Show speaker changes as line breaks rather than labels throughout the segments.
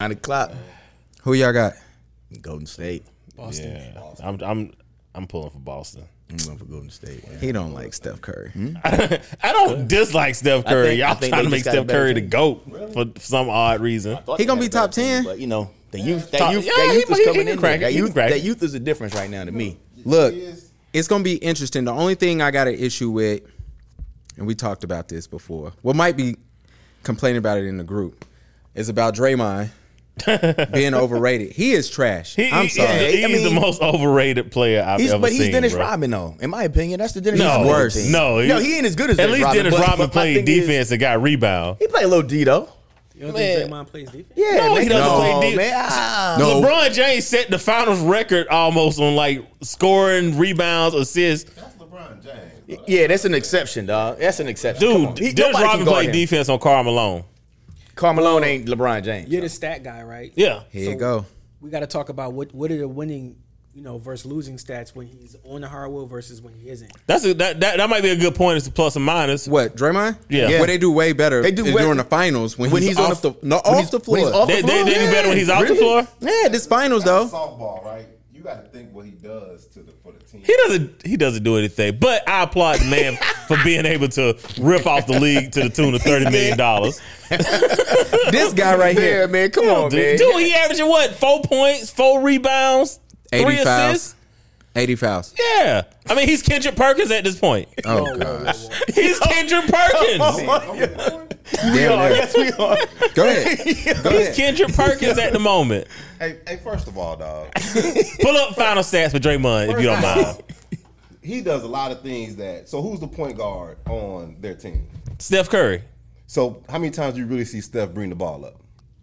Nine o'clock.
Uh, Who y'all got?
Golden State.
Boston. Yeah, I'm I'm I'm pulling for Boston.
I'm going for Golden State. man.
He don't like Steph Curry. Hmm?
Hmm?
I don't dislike Steph Curry.
think- I
Y'all
think
trying
they
to make
just got a
Steph
better
Curry the
team.
goat for some odd reason.
Thought
He
they
gonna be
had a better
top
team,
10?
but you know the youth.
Top-
That youth.
yeah,
that
he-
youth
he-
is
he
coming
can
in.
crack
there. That
it. He can
youth.
crack
That
it.
youth is a difference right now to me.
Look, it's gonna be interesting. The only thing I got an issue with, and we talked about this before. What might be complaining about it in the group is about Draymond being overrated. He is trash.
He,
I'm
he-
sorry.
He's, the,
I
he's the
mean-
most overrated player I've
He's,
ever
but he's
seen.
Dennis
bro.
Rodman, though. In my opinion, that's the Dennis
No,
Rodman
worse.
team.
no,
no, he ain't as good as
At
Dennis
least
Rodman,
Dennis
but-
Rodman
but my
played
thing is,
defense and got rebound.
he played a little D though.
You don't think Draymond plays defense?
Yeah,
No,
man,
he doesn't
come
play
on,
D.
Man. Ah.
No.
LeBron James set the finals record almost on like scoring, rebounds, assists.
That's LeBron James. bro.
Yeah, that's an exception, dog. That's an exception. Come on.
Dude,
He-
Dennis
nobody can
Rodman
guard
played
him.
defense on Karl Malone.
Carmelo ain't LeBron James.
You're the stat guy, right?
Yeah.
Here you go.
We got to talk about what what are the winning, you know, versus losing stats when he's on the hardwood versus when he isn't.
That's a, that, that that might be a good point. It's a plus and minus.
What Draymond?
Yeah.
What they do way better
They do
is
way-
during the finals when,
when
he's,
he's on
off
the-
the, no,
when
off
he's-
the floor.
when he's off
They,
the
they, they do better when he's off
Really?
the floor.
yeah, this finals
That's
though.
softball, right? You got to think what he does to the for the team.
He doesn't. He doesn't do anything. But I applaud the man for being able to rip off the league to the tune of thirty million dollars.
This guy right
Yeah,
here,
man, come on, man.
Dude, he averaging what? Four points, four rebounds, three
80 fouls.
assists.
eighty fouls.
Yeah, I mean he's Kendrick Perkins at this point.
Oh gosh,
He's Kendrick Perkins.
Damn it.
Yes, we are.
Go ahead. Go ahead.
Kendrick Perkins at the moment.
hey, hey, first of all, dog,
Pull up final stats for Draymond if you don't mind.
he does a lot of things that. So who's the point guard on their team?
Steph Curry,
So how many times do you really see Steph bring the ball up?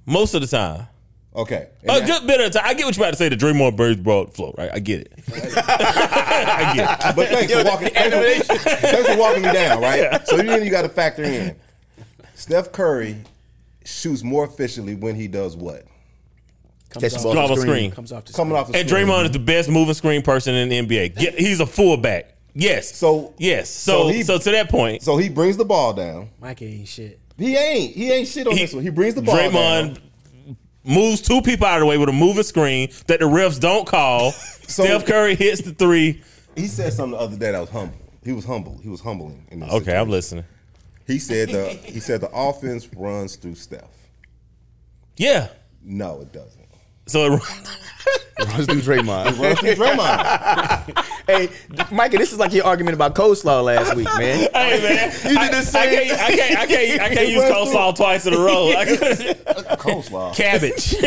most of the time.
Okay, and
A
that-
good bit of the time. I get what you're about to say. The Draymond Birds broad flow, right? I get it. I get it.
But thanks for walking. Thanks for, thanks for walking me down. Right. So then you got to factor in. Steph Curry shoots more efficiently when he does what?
Comes
the
off,
ball.
Drop a
Screen.
screen.
comes off the
Coming off the
And
screen.
Draymond is the best moving screen person in the NBA. Get, he's a fullback. Yes.
So-
yes. So so,
so he-
to that point,
So he brings the ball down.
Mike ain't shit.
He ain't. He ain't shit on
he-
this one. He brings the ball
Draymond
down.
moves two people out of the way with a moving screen that the refs don't call. Steph Curry hits the three.
He said something the other day that was humble. He was humble. He was humbling. In this
Okay, I'm
situation.
listening.
He said the he said the offense runs through Steph.
Yeah.
No, it doesn't.
So
Let's do Draymond.
Runs through Draymond.
hey, Micah, this is like your argument about coleslaw last week, man.
hey man,
You
I,
did the
I
same.
can't, I can't, I can't, I can't use coleslaw twice in a row. I couldn't-
Coleslaw.
cabbage,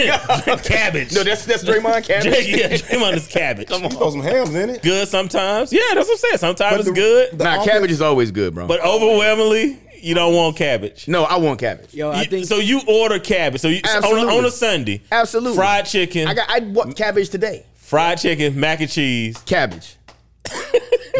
cabbage.
No, that's that's Draymond
Dray-
Cabbage.
yeah, Draymond is cabbage.
You throw some hams in it.
Good sometimes. Yeah, that's what I'm saying. Sometimes
But
it's
the-
good,
the
Nah,
offense-
Cabbage is always good, bro.
but overwhelmingly, you don't want cabbage.
no, I want Cabbage.
Yo, I
You-
think
so you order cabbage. So you, on, a,
Absolutely.
on a Sunday,
Absolutely.
fried chicken,
I got I want Cabbage today.
fried chicken, mac and cheese.
Cabbage.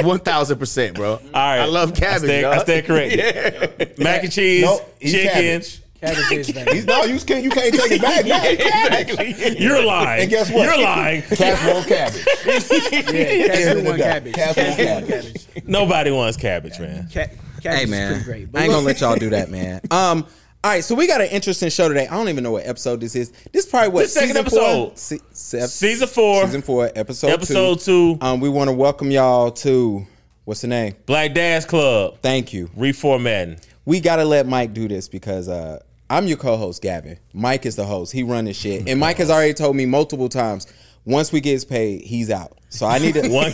One thousand percent, bro. All
right.
I love cabbage.
I stand-
dog.
I stand corrected.
Yeah.
Mac and cheese,
Nope, he's
chicken.
cabbage.
Cabbage is bad.
He's no, you can't. You can't take it back. Now it's cabbage.
exactly.
You're lying.
And guess what?
You're lying.
Cats want cabbage.
Yeah,
End
Cabbage
of the
won
day.
cabbage.
Cats want cabbage.
Cabbage.
Nobody wants cabbage, man.
Ca- cabbage
Hey
is
man,
pretty great.
I ain't gonna let y'all do that, man. Um, all right, so we got an interesting show today. I don't even know what episode this is. This is probably what
This second
season Four?
episode.
Se- se-
Season four,
season four, episode
episode
two.
two,
Um, we want to welcome y'all to what's the name?
Black Dad's Club,
Thank you.
reformatting.
We gotta let Mike do this because uh, I'm your co-host, Gavin. Mike is the host. He run this shit, and Mike has already told me multiple times. Once we gets paid, he's out. So I need to
One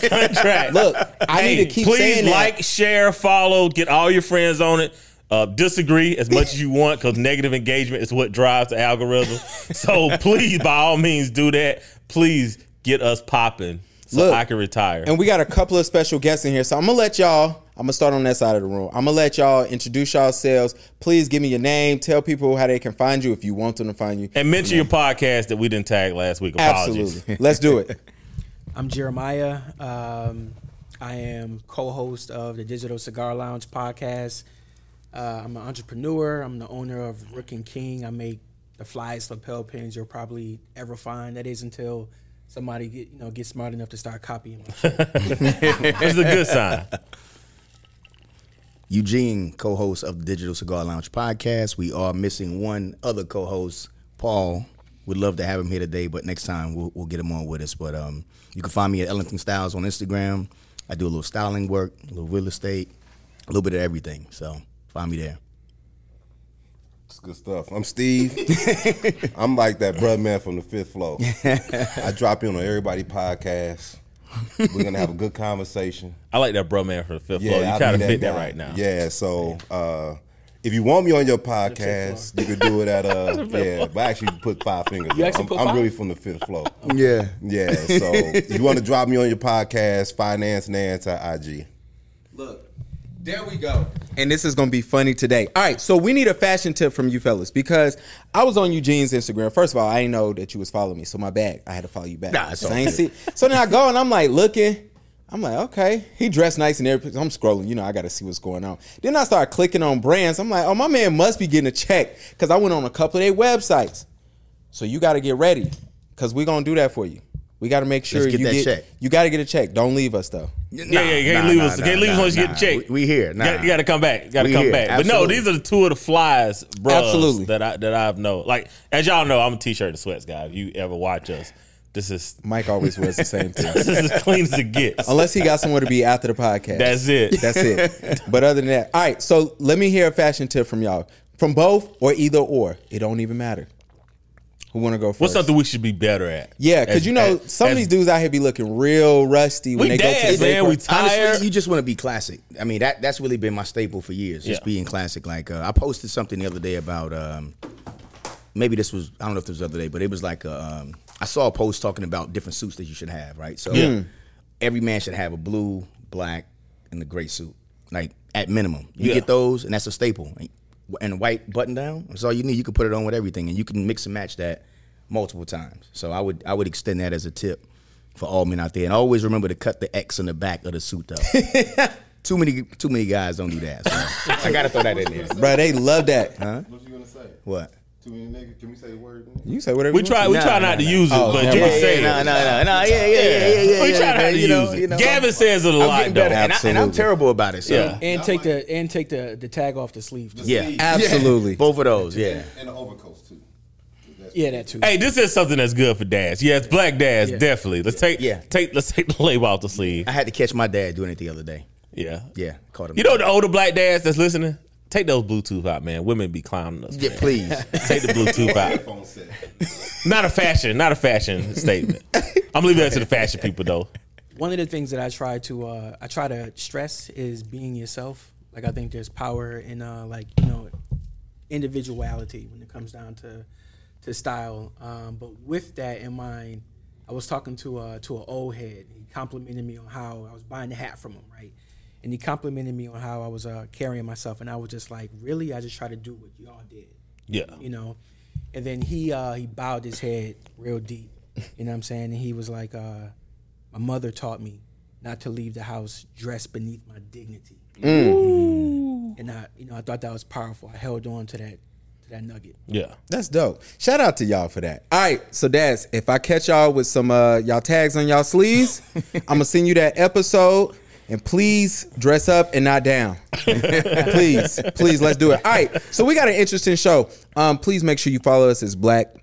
contract.
Look, I need to keep
please
saying that.
like, share, follow, get all your friends on it. Uh, disagree as much as you want because negative engagement is what drives the algorithm. so please, by all means, do that. Please get us popping so
Look,
I can retire.
And we got a couple of special guests in here. So I'm gonna let y'all, I'm gonna start on that side of the room. I'm gonna let y'all introduce yourselves. Please give me your name. Tell people how they can find you if you want them to find you.
And mention your podcast that we didn't tag last week. Apologies.
Absolutely. Let's do it.
I'm Jeremiah. Um, I am co-host of the Digital Cigar Lounge podcast. Uh, I'm an entrepreneur. I'm the owner of Rook and King. I make the flyest lapel pins you'll probably ever find. That is until somebody get you know gets smart enough to start copying. my shit.
It's a good sign.
Eugene, co-host of the Digital Cigar Lounge podcast. We are missing one other co-host, Paul.
We'd love to have him here today, but next time we'll, we'll get him on with us. But um, you can find me at Ellington Styles on Instagram. I do a little styling work, a little real estate, a little bit of everything. So find me there.
It's good stuff. I'm Steve. I'm like that bruh man from the fifth floor. I drop in on everybody podcast. We're gonna have a good conversation.
I like that bro man for the fifth floor. You
I'll
try to
be
fit that
guy.
right now.
Yeah, so uh, if you want me on your podcast, you can do it at uh yeah, but I actually put five fingers. up.
actually
I'm,
put
I'm
five?
really from the fifth floor.
Yeah.
Yeah, so if you want to drop me on your podcast, finance nance at IG.
Look, there we go. And this is gonna be funny today. All right, so we need a fashion tip from you fellas because I was on Eugene's Instagram. First of all, I didn't know that you was following me, so my bad. I had to follow you back.
Nah, it's
So
all
I ain't
good.
see. So then I go and I'm like looking. I'm like, okay, he dressed nice and everything. I'm scrolling, you know, I gotta see what's going on. Then I start clicking on brands. I'm like, oh, my man must be getting a check because I went on a couple of their websites. So you gotta get ready because we're gonna do that for you. We gotta make sure
get
you
that
get
check.
You gotta get a check. Don't leave us though.
Yeah, yeah, you can't leave us. can't leave us once you get the check.
We, we here.
You
Nah.
got- You got to come back. You got to
We
come
here.
back. But no,
Absolutely.
these are the two of the flies, bro.
Absolutely.
That I that I've known. Like as y'all know, I'm a t-shirt and sweats guy. If you ever watch us, this is
Mike always wears the same thing.
this is as clean as it gets.
Unless he got somewhere to be after the podcast.
That's it.
That's it. But other than that, all right. So let me hear a fashion tip from y'all, from both or either or. It don't even matter. Who want to go first?
What's something we should be better at?
Yeah, because
As-
you know
as-
some
as-
of these dudes out here be looking real rusty when
We
they go to
dads,
the day
man. We
party.
tired.
Honestly, you just want to be classic. I mean, that that's really been my staple for years, just
Yeah.
being classic. Like uh, I posted something the other day about um, maybe this was I don't know if this was the other day, but it was like a, um, I saw a post talking about different suits that you should have, right? So
Yeah.
every man should have a blue, black, and a gray suit, like at minimum. You
Yeah.
get those, and that's a staple. And- And a white button down, that's all you need. You can put it on with everything, and you can mix and match that multiple times. So I would I would extend that as a tip for all men out there, and always remember to cut the X in the back of the suit up. too many too many guys don't do that. So I gotta throw that in there.
Bro, they love that.
What you gonna say?
What?
Too many niggas? Can we say the word?
You say whatever.
we
you
try.
want
We
Nah,
try
nah,
not to
nah.
use it,
Oh,
but
never
just
mind.
say
no, no,
it.
no, no, yeah, yeah, yeah, yeah, yeah.
We try not
man,
to
you know,
use
you
it.
know.
Gavin says it a
I'm
lot,
getting better,
though.
and, I, and I'm terrible about it. So.
Yeah.
And take the and take the the tag off the sleeve. Too.
yeah,
to. Absolutely.
both of those. Yeah.
And the overcoats too.
yeah, that too.
Hey, this is something that's good for dads. Yes, black dads,
Yeah.
definitely. Let's take
Yeah.
take let's take the label off the sleeve.
I had to catch my dad doing it the other day.
Yeah.
Yeah, caught him.
You know the older black dads that's listening? Take those Bluetooth out, man. Women be clowning us.
yeah,
man.
please.
Take the Bluetooth out.
Phone set.
Not a fashion, not a fashion statement. I'm leaving that to the fashion people though.
one of the things that I try to uh, I try to stress is being yourself. Like I think there's power in uh, like you know individuality when it comes down to to style. Um, but with that in mind, I was talking to uh, to an old head. He complimented me on how I was buying the hat from him, right? And he complimented me on how I was uh, carrying myself, and I was just like, really, I just try to do what y'all did
Yeah.
you know. And then he uh, he bowed his head real deep, you know what I'm saying? And he was like, uh, "My mother taught me not to leave the house dressed beneath my dignity." Mm-hmm. And I, you know, I thought that was powerful. I held on to that to that nugget.
Yeah.
That's dope. Shout out to y'all for that. All right, so dads, if I catch y'all with some uh y'all tags on y'all sleeves, I'm gonna send you that episode. And please dress up and not down. please, please, let's do it. All right, so we got an interesting show. Um, please make sure you follow us as Black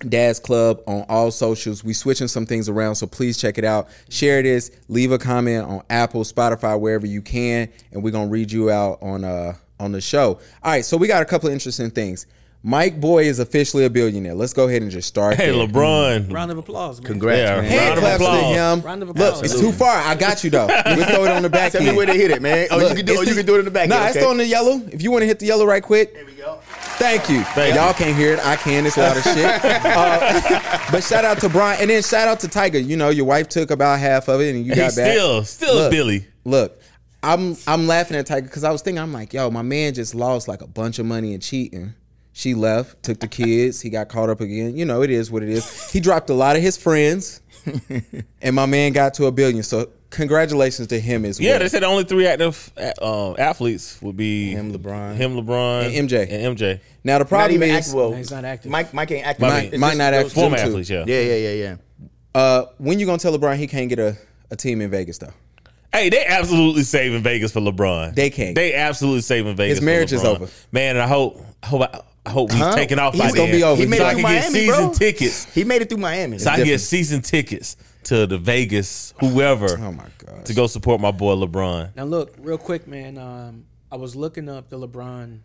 Dad's Club on all socials. We switching some things around, so please check it out. Share this, leave a comment on Apple, Spotify, wherever you can, and we're gonna read you out on uh on the show. All right, so we got a couple of interesting things. Mike Boy is officially a billionaire. Let's go ahead and just start.
Hey
there.
LeBron.
Round of applause, man.
Congrats,
Yeah,
man.
Hand
Round of
claps to
applause.
him.
Round of applause.
Look, it's too far. I got you though. We'll throw it on the back
Tell
end.
me where to hit it, man. Oh, you
Look,
can do,
it's
oh, you
the-
can do it in the back.
Nah,
end,
it's
okay?
on the yellow. If you want to hit the yellow right quick,
There we go.
Thank you.
Thank
Y'all
you.
can't hear it. I can. It's loud as shit. Uh, but shout out to Brian, and then shout out to Tiger. You know, your wife took about half of it, and you
He's
got back.
still still a
Look.
Billy.
Look, I'm I'm laughing at Tiger because I was thinking I'm like, yo, my man just lost like a bunch of money and cheating. She left, took the kids. He got caught up again. You know, it is what it is. He dropped a lot of his friends, and my man got to a billion. So congratulations to him as well.
Yeah, they said the only three active uh, um, athletes would be
Him, LeBron.
him, LeBron,
And MJ.
and MJ.
now the
Not
problem
even
is,
active. Well,
He's not active.
Mike, Mike ain't active.
Mike-
It's
Mike
just
not
those
active.
two.
Former
too.
athletes, yeah.
Yeah, yeah, yeah, yeah.
uh, when you gonna tell LeBron he can't get a, a team in Vegas though?
Hey, they absolutely saving Vegas for LeBron.
They can't.
They absolutely saving Vegas.
His marriage
for
is
LeBron.
over.
man. And I hope, I hope, I, I hope he's
Huh?
taken off.
He's
by
gonna
then.
be over. He made
So
it
I
through
can get
Miami,
season
bro.
tickets.
He made it through Miami.
So I can
Different.
get season tickets to the Vegas, whoever.
Oh my god.
To go support my boy LeBron.
Now look, real quick, man. Um, I was looking up the LeBron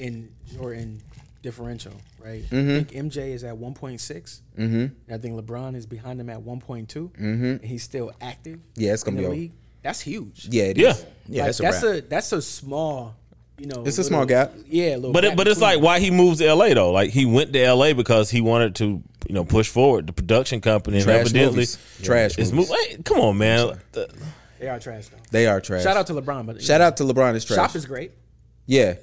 and Jordan differential, right?
Mm-hmm.
I think MJ is at 1.6, mm-hmm. and I think LeBron is behind him at one2 and he's still active.
Mm-hmm. Yeah, it's gonna
in the
be a-
league. That's huge.
Yeah, it is.
Yeah.
Yeah,
Like,
that's a
that's
wrap.
a that's a small, you know,
It's a small gap.
Yeah, a little
But
gap
it, but it's
between
like why he moves to LA though. Like he went to LA because he wanted to you know push forward the production company. and
Trash
evidently,
movies. Trash
It's
movies.
mo- hey, come on, man. The-
they are trash though.
They are trash.
Shout out to LeBron, but
Shout out to LeBron is trash.
Shop is great.
yeah.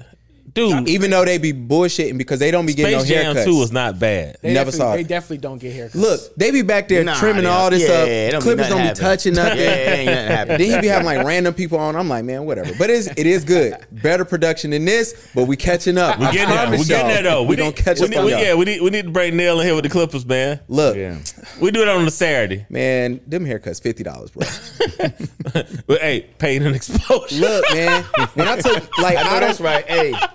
Dude,
Even though they be bullshitting because they don't be getting
Space Jam
no haircuts.
Two was not bad.
They
Never
definitely-
saw it.
They definitely don't get haircuts.
Look, they be back there
Nah,
trimming
they-
all this
yeah,
up.
it don't be
Clippers
nothing
don't be
happening.
touching nothing.
Yeah, ain't nothing
then
happening.
he be having like random people on. I'm like, man, whatever. But it's, it is good. Better production than this, but we catching up.
We
I
getting there. We
promise
getting
y'all,
there though.
We,
We,
gonna
need-
catch
we
up.
need-
on
we-
y'all.
Yeah, we need we need to bring Neil in here with the Clippers, man.
Look,
Yeah.
We do it on a Saturday.
man, them haircuts fifty dollars, bro.
But hey, pain and exposure.
Look, man, when I took like I,
Oh,
don't-
that's right. Hey, get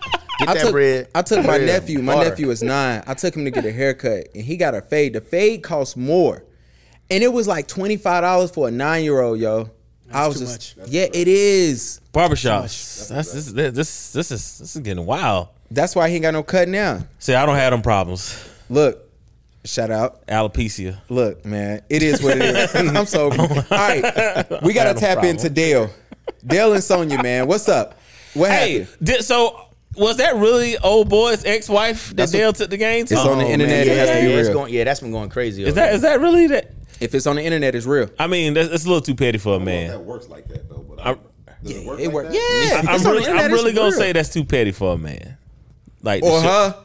I
that
took,
bread.
I took my
Bread,
nephew. My
butter.
nephew is nine. I took him to get a haircut, and he got a fade. The fade costs more, and it was like twenty five dollars for a nine year old, yo. I was
too
just, yeah, it is.
Barbershops. That's this this this is this is getting wild.
That's why he ain't got no cut now.
See, I don't have them problems.
Look, shout out.
Alopecia.
Look, man, it is what it is. I'm sober. All right, we gotta
no
tap
problem.
into Dale, Dale and Sonya, man. What's up? What
Hey,
happened?
did, so was that really old boy's ex wife that
That's what-
Dale took the game to? Oh,
It's on the
man,
internet, it has to be
yeah, it's
real.
going- yeah, that's been going crazy.
Is that is that really that?
If it's on the internet, it's real.
I mean, that's, that's a little too petty for a
Man. That
man.
works like that though. But I, does it work?
It
like
worked.
that?
Yeah,
I'm
it's on the
really,
internet,
I'm
it's
really gonna
real.
say that's too petty for a man. Like the
or
shit-
her.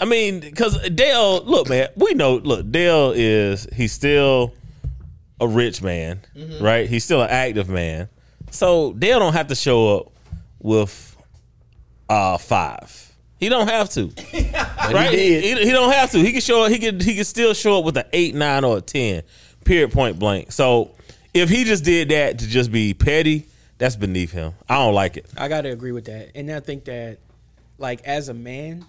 I mean, because Dale, look, man, we know. Look, Dale is he's still a rich man, right? He's still an active man, so Dale don't have to show up with uh five. He don't have to, right? He, he don't have to. He can show up. He could he could still show up with an eight, nine, or a ten. Period. Point blank. So if he just did that to just be petty, that's beneath him. I don't like it.
I gotta agree with that, and I think that, like, as a man,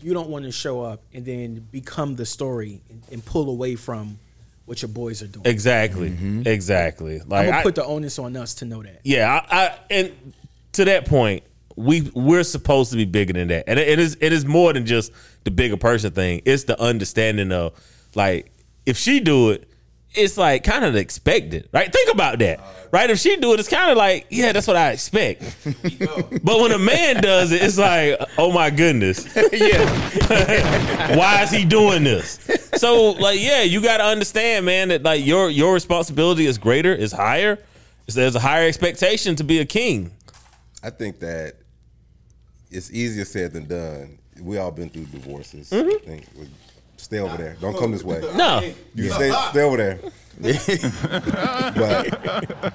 you don't want to show up and then become the story and, and pull away from what your boys are doing.
Exactly. Exactly. Like
I'm
I-
gonna put the onus on us to know that.
Yeah, I, I and to that point, we we're supposed to be bigger than that, and it- it is it is more than just the bigger person thing. It's the understanding of like if she do it, it's like kind of expected, right? Think about that, right? If she do it, it's kind of like yeah, that's what I expect. but when a man does it, it's like oh my goodness, why is he doing this? So like, yeah, you got to understand, man, that like your your responsibility is greater, is higher. So There's a higher expectation to be a king.
I think that it's easier said than done. We all been through divorces. I think. Stay over there. Don't come this way.
No,
You stay, stay over there. but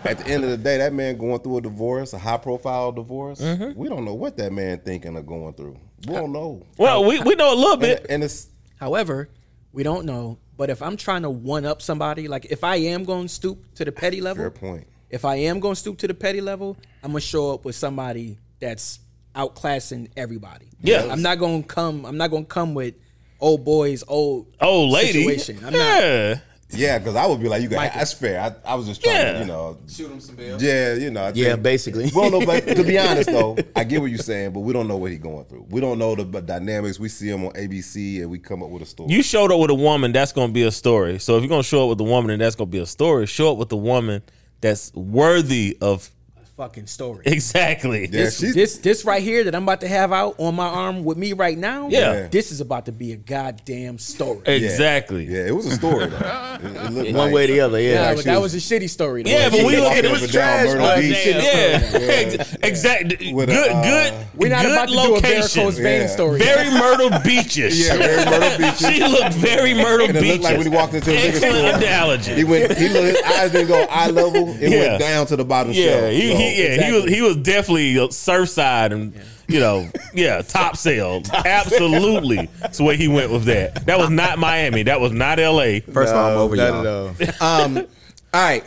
at the end of the day, that man going through a divorce, a high profile divorce,
Mm-hmm.
we don't know what that man thinking of going through. We don't know.
well, we, we know a little
And,
bit.
and it's
However, we don't know. But if I'm trying to one up somebody, like if I am going to stoop to the petty level,
fair point.
if I am going to stoop to the petty level, I'm gonna show up with somebody that's outclassing everybody.
Yeah.
I'm not gonna come. I'm not gonna come with old boys, old
Old lady,
Situation. I'm not-
yeah,
Yeah, because I would be like, you got that's fair. I, I was just trying
Yeah.
to, you know, shoot him some bills. Yeah, you know. I
Yeah,
think-
basically.
Well, no, but to be honest though, I get what you're saying, but we don't know what he's going through. We don't know the but dynamics. We see him on ABC and we come up with a story.
you showed up with a woman, that's gonna be a story. So if you're gonna show up with a woman and that's gonna be a story, show up with a woman that's worthy of
fucking story.
exactly.
yeah,
This,
she's
this this right here that I'm about to have out on my arm with me right now.
Yeah.
This is about to be a goddamn story.
yeah.
Exactly. Yeah.
Yeah, it was a story. Though. It, it looked
One
like-
way or the other, yeah.
Yeah,
Like
but
she
that
was-
was a shitty story. though.
but we look at
Up
it.
and
was
down
trash,
Myrtle
but
Beach.
Yeah, exactly.
With a,
good,
uh,
good.
We're not
good
about to do a
location.
varicose vein
Yeah.
story.
Very Myrtle Beachish.
Yeah, very Myrtle Beach.
She looked very Myrtle
And it
Beachish.
looked like when he walked into the liquor
Excellent
store.
analogy.
He went. He looked. His eyes didn't go eye level. It
Yeah.
went down to the bottom
Yeah,
shelf.
he,
so-
he yeah he was he was definitely uh, Surfside and you know yeah top sale absolutely that's where he went with that. That was not Miami. That was not L.A.
First of all, I'm over
Not
y'all.
at all.
Um, all right.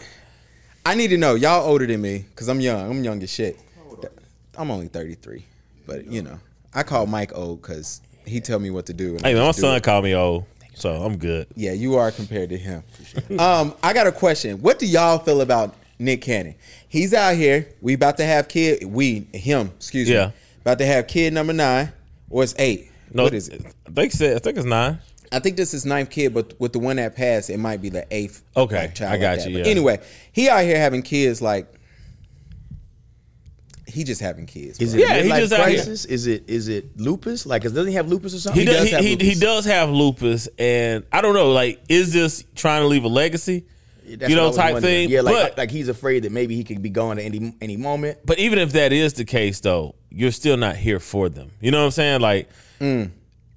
I need to know y'all older than me because I'm young. I'm young as shit. I'm only 33, but you know I call Mike old because he tell me what to do. and I
Hey man, my
just do
son
it.
called me old, so I'm good.
Yeah, you are compared to him. um, I got a question. What do y'all feel about Nick Cannon? He's out here. We about to have kid. We him. Excuse
Yeah.
me. About to have kid number nine, or it's eight.
No,
what is it?
I think said I think it's nine.
I think this is ninth kid, but with the one that passed, it might be the eighth.
Okay,
like,
I
like
got
that.
you,
But
yeah.
anyway, he out here having kids. Like he just having kids.
Is
bro.
it
Yeah,
yeah,
he just out here.
crisis? Is it is it lupus? Like, does doesn't he have lupus or something?
He, does, he, he, he does have lupus, and I don't know. Like, is this trying to leave a legacy? you
That's what I
know,
was
type
wondering.
thing.
Yeah, like
but,
like he's afraid that maybe he could be gone at any any moment.
but even if that is the case, though, you're still not here for them. You know what I'm saying? Like,
Mm.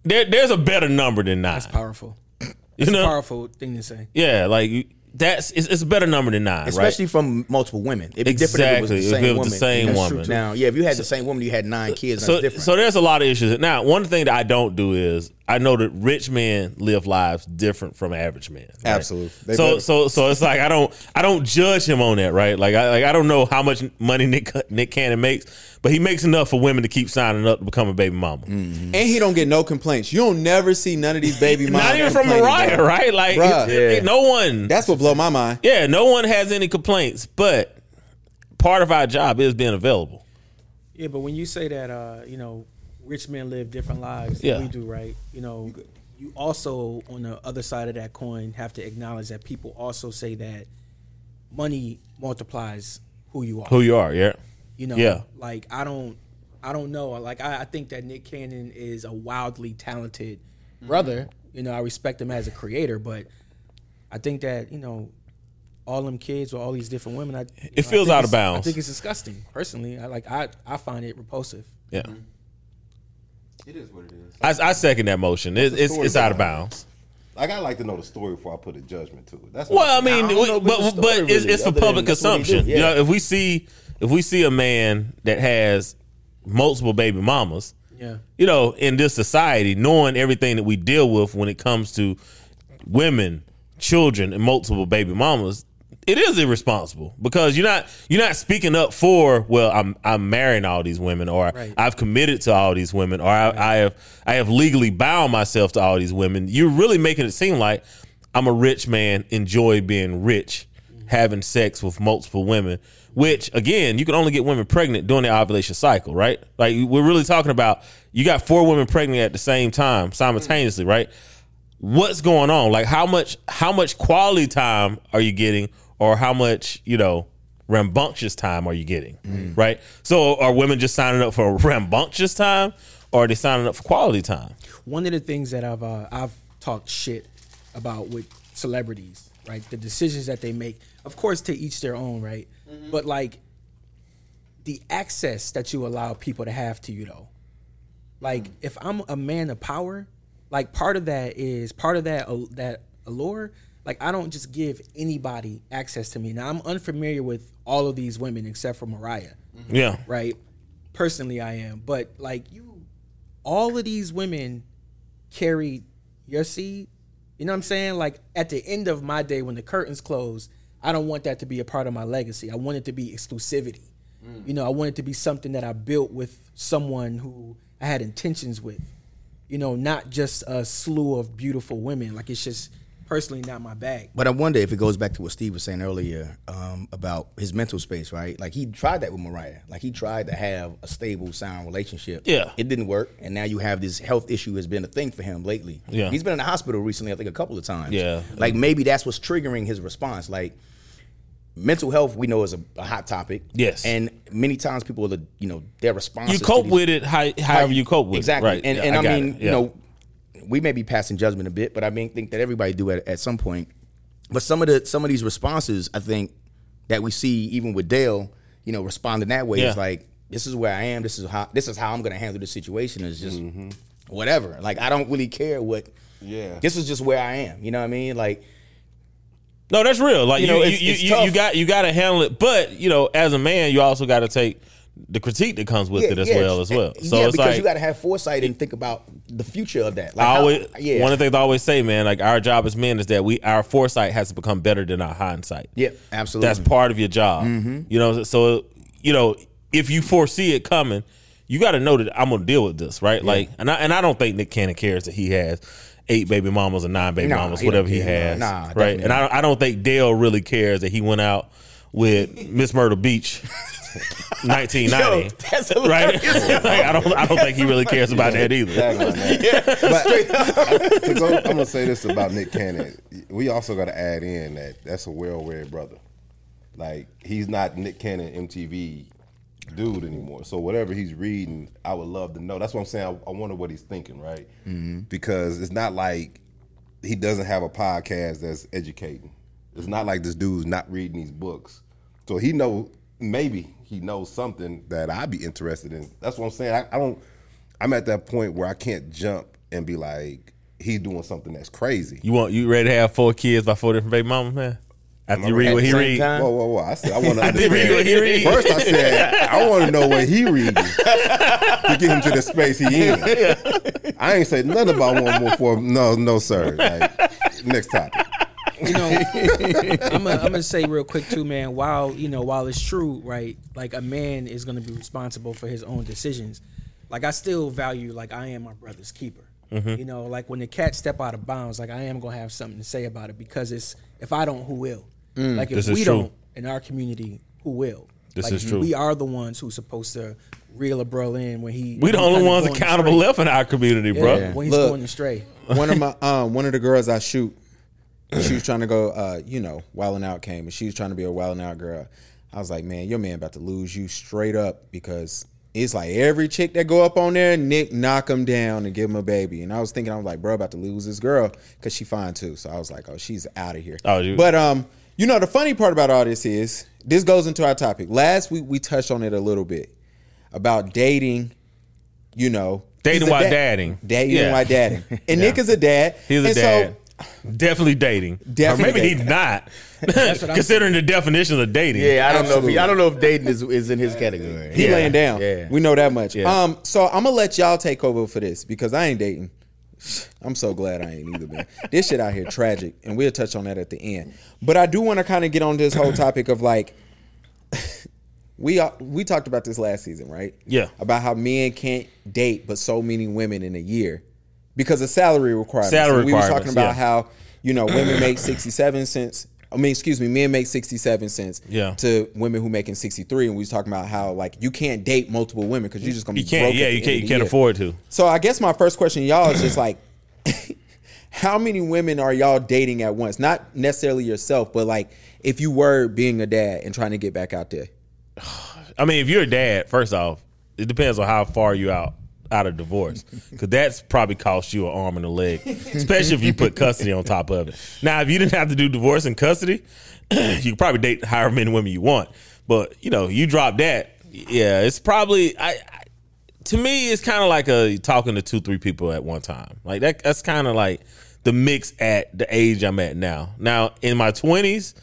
there, there's a better number than nine.
Powerful.
you know,
It's a powerful thing to say.
yeah, like you- that's it's, it's better number than nine,
Especially from multiple women. It'd be different if
Exactly,
it was
if
the same
it was the
woman.
same
That's
woman.
True. Now, yeah, if you had the same woman, you had nine kids.
right? So,
that's different.
so there's a lot of issues. Now, one thing that I don't do is I know that rich men live lives different from average men. right?
Absolutely. They
so
better.
so so it's like I don't I don't judge him on that, right? Like I like I don't know how much money Nick Nick Cannon makes, but he makes enough for women to keep signing up to become a baby mama.
and he don't get no complaints. You don't never see none of these baby moms.
Not even from
complaining,
Mariah,
bro.
right? Like
Bruh.
it- it- no one.
That's what blow my mind.
yeah, no one has any complaints. But part of our job is being available.
Yeah, but when you say that, uh, you know, rich men live different lives
Yeah.
than we do, right? You know, you also on the other side of that coin have to acknowledge that people also say that money multiplies who you are.
Who you are, yeah.
You know,
Yeah.
like I don't, I don't know. Like I, I think that Nick Cannon is a wildly talented brother. You know, I respect him as a creator, but I think that you know, all them kids with all these different women, I you know, I
feels
think
out
it's-
of bounds.
I think it's disgusting. Personally, I like I, I find it repulsive.
Yeah.
It is what it is.
I, I second that motion. It, it's
story
it's out of
behind
bounds.
Like I like to know the story before I put a judgment to it. That's
Well, I
what-
mean,
I don't
we-
know
but
about the
but
story,
it's,
really,
it's for
other than
public
that's what he do,
consumption. You
yeah.
know, if we see if we see a man that has multiple baby mamas,
Yeah.
you know, in this society, knowing everything that we deal with when it comes to women, children, and multiple baby mamas, it is irresponsible because you're not you're not speaking up for well, I'm I'm marrying all these women, or
Right.
I've committed to all these women, or I, I have I have legally bound myself to all these women. You're really making it seem like I'm a rich man, enjoy being rich, having sex with multiple women. Which again, you can only get women pregnant during their ovulation cycle, right? Like we're really talking about you got four women pregnant at the same time, simultaneously, right? what's going on like how much how much quality time are you getting or how much you know rambunctious time are you getting
Mm.
right so are women just signing up for rambunctious time or are they signing up for quality time
one of the things that I've uh, I've talked shit about with celebrities, right? The decisions that they make, of course, to each their own, right? But like the access that you allow people to have to you, though. Like if I'm a man of power, like part of that is part of that uh, that allure. Like I don't just give anybody access to me. Now I'm unfamiliar with all of these women except for Mariah
Mm-hmm.
yeah
right? Personally, I am. But like you, all of these women carried your seed. You know what I'm saying? Like at the end of my day, when the curtains close, I don't want that to be a part of my legacy. I want it to be exclusivity. You know, I want it to be something that I built with someone who I had intentions with. You know, not just a slew of beautiful women. Like it's just personally not my bag.
But I wonder if it goes back to what Steve was saying earlier um, about his mental space, right? Like he tried that with Mariah. Like he tried to have a stable, sound relationship.
Yeah.
It didn't work. And now you have this health issue has been a thing for him lately.
Yeah.
He's been in the hospital recently, I think a couple of times.
Yeah.
Like maybe that's what's triggering his response. Like mental health we know is a, a hot topic.
Yes.
And many times people are you know, their response
you cope with it how, however you cope with
exactly.
it right
And,
Yeah,
and I,
got
mean,
it.
you
Yeah.
know, we may be passing judgment a bit, but I mean, think that everybody do at, at some point. But some of the some of these responses, I think that we see even with Dale, you know, responding that way
Yeah.
is like, this is where I am. This is how this is how I'm going to handle the situation. Is just
Mm-hmm.
whatever. Like I don't really care what.
Yeah.
This is just where I am. You know what I mean? Like
No, that's real. Like you,
You know,
you,
it's-
you,
it's
you-
tough.
you got you got to handle it. But you know, as a man, you also got to take the critique that comes with it as well as well. So
yeah,
it's
because
like
you got to have foresight and think about the future of that. Like
I
how-
always
yeah.
one of the things I always say, man, like our job as men is that we our foresight has to become better than our hindsight.
Yeah, absolutely. Mm-hmm.
That's part of your job. You know, so you know, if you foresee it coming, you got to know that I'm gonna deal with this, right? Like, and I and I don't think Nick Cannon cares that he has eight baby mamas or nine baby
Nah,
mamas,
he
whatever
don't
he
care.
has,
Nah,
right?
definitely
And I I don't think Dale really cares that he went out with Miss Myrtle Beach. 1990,
that's
right? Like, I don't, I don't think he really cares about that either.
Tagline that. To go- I'm gonna say this about Nick Cannon. We also got to add in that that's a well-read brother. Like he's not Nick Cannon MTV dude anymore. So whatever he's reading, I would love to know. That's what I'm saying. I, I wonder what he's thinking, right? Because it's not like he doesn't have a podcast that's educating. It's not like this dude's not reading these books. So he know maybe he knows something that I'd be interested in. That's what I'm saying. I, I don't I'm at that point where I can't jump and be like, he's doing something that's crazy.
You want, you ready to have four kids by four different baby mamas, man? After you read
At
what
the
he
same
read,
time?
Whoa, whoa, whoa. I said I wanna
did read what he read.
First I said, I wanna know what he reading to get him to the space he in. I ain't say nothing about one more four. No, no, sir. Like, next topic.
you know, I'm gonna I'm gonna say real quick too, man. While you know, while it's true, right? Like a man is gonna be responsible for his own decisions. Like I still value, like I am my brother's keeper.
Mm-hmm.
You know, like when the cat step out of bounds, like I am gonna have something to say about it because it's if I don't, who will? like
Mm,
if
this is
we
true.
don't in our community, who will?
This
like
is true.
We are the ones who's supposed to reel a bro in when
we
he.
the
when he
only
kinda
ones
going
accountable
astray.
left in our community, bro.
Yeah, when he's
Look.
going astray.
one of my um one of the girls I shoot, she was trying to go uh, you know, wildin' out came and she was trying to be a wildin' out girl. I was like, man, your man about to lose you straight up because it's like every chick that go up on there, Nick knock him down and give him a baby. And I was thinking, I was like, bro, about to lose this girl because she fine too. So I was like, oh, she's out of here.
Oh, you-
but um, you know, the funny part about all this is this goes into our topic. Last week we touched on it a little bit about dating. You know,
Dating
he's a
while
dad-
dating.
Dating
Yeah.
while dating. And Nick is a dad.
He's a
and
dad.
So,
Definitely dating.
Definitely
or maybe he's
dating.
not. Considering the definition of dating.
Yeah, I don't know. If he, I don't know if dating is, is in his category.
He
Yeah.
laying down.
Yeah.
We know that much.
Yeah.
Um, so I'm gonna let y'all take over for this because I ain't dating. I'm so glad I ain't either, man. This shit out here tragic, and we'll touch on that at the end. But I do want to kind of get on this whole topic of like, we are, we talked about this last season, right?
Yeah.
About how men can't date, but so many women in a year because of salary requirements.
Salary
And we were talking
requirements,
about
yeah.
how you know women make 67 cents. I mean, excuse me, men make 67 cents
Yeah.
to women who making 63 and we was talking about how like you can't date multiple women because you're just gonna be
You can't.
broke
Yeah,
at the
you
end of
can't.
the
You can't
year.
afford to.
so i guess my first question to y'all is just like how many women are y'all dating at once not necessarily yourself but like if you were being a dad and trying to get back out there
I mean, if you're a dad, first off, it depends on how far you out out of divorce, because that's probably cost you an arm and a leg, especially if you put custody on top of it. Now, if you didn't have to do divorce and custody, you could probably date however many women you want. But you know, you drop that, yeah, it's probably I. I to me, it's kind of like a talking to two, three people at one time. Like that. That's kind of like the mix at the age I'm at now. Now in my twenties,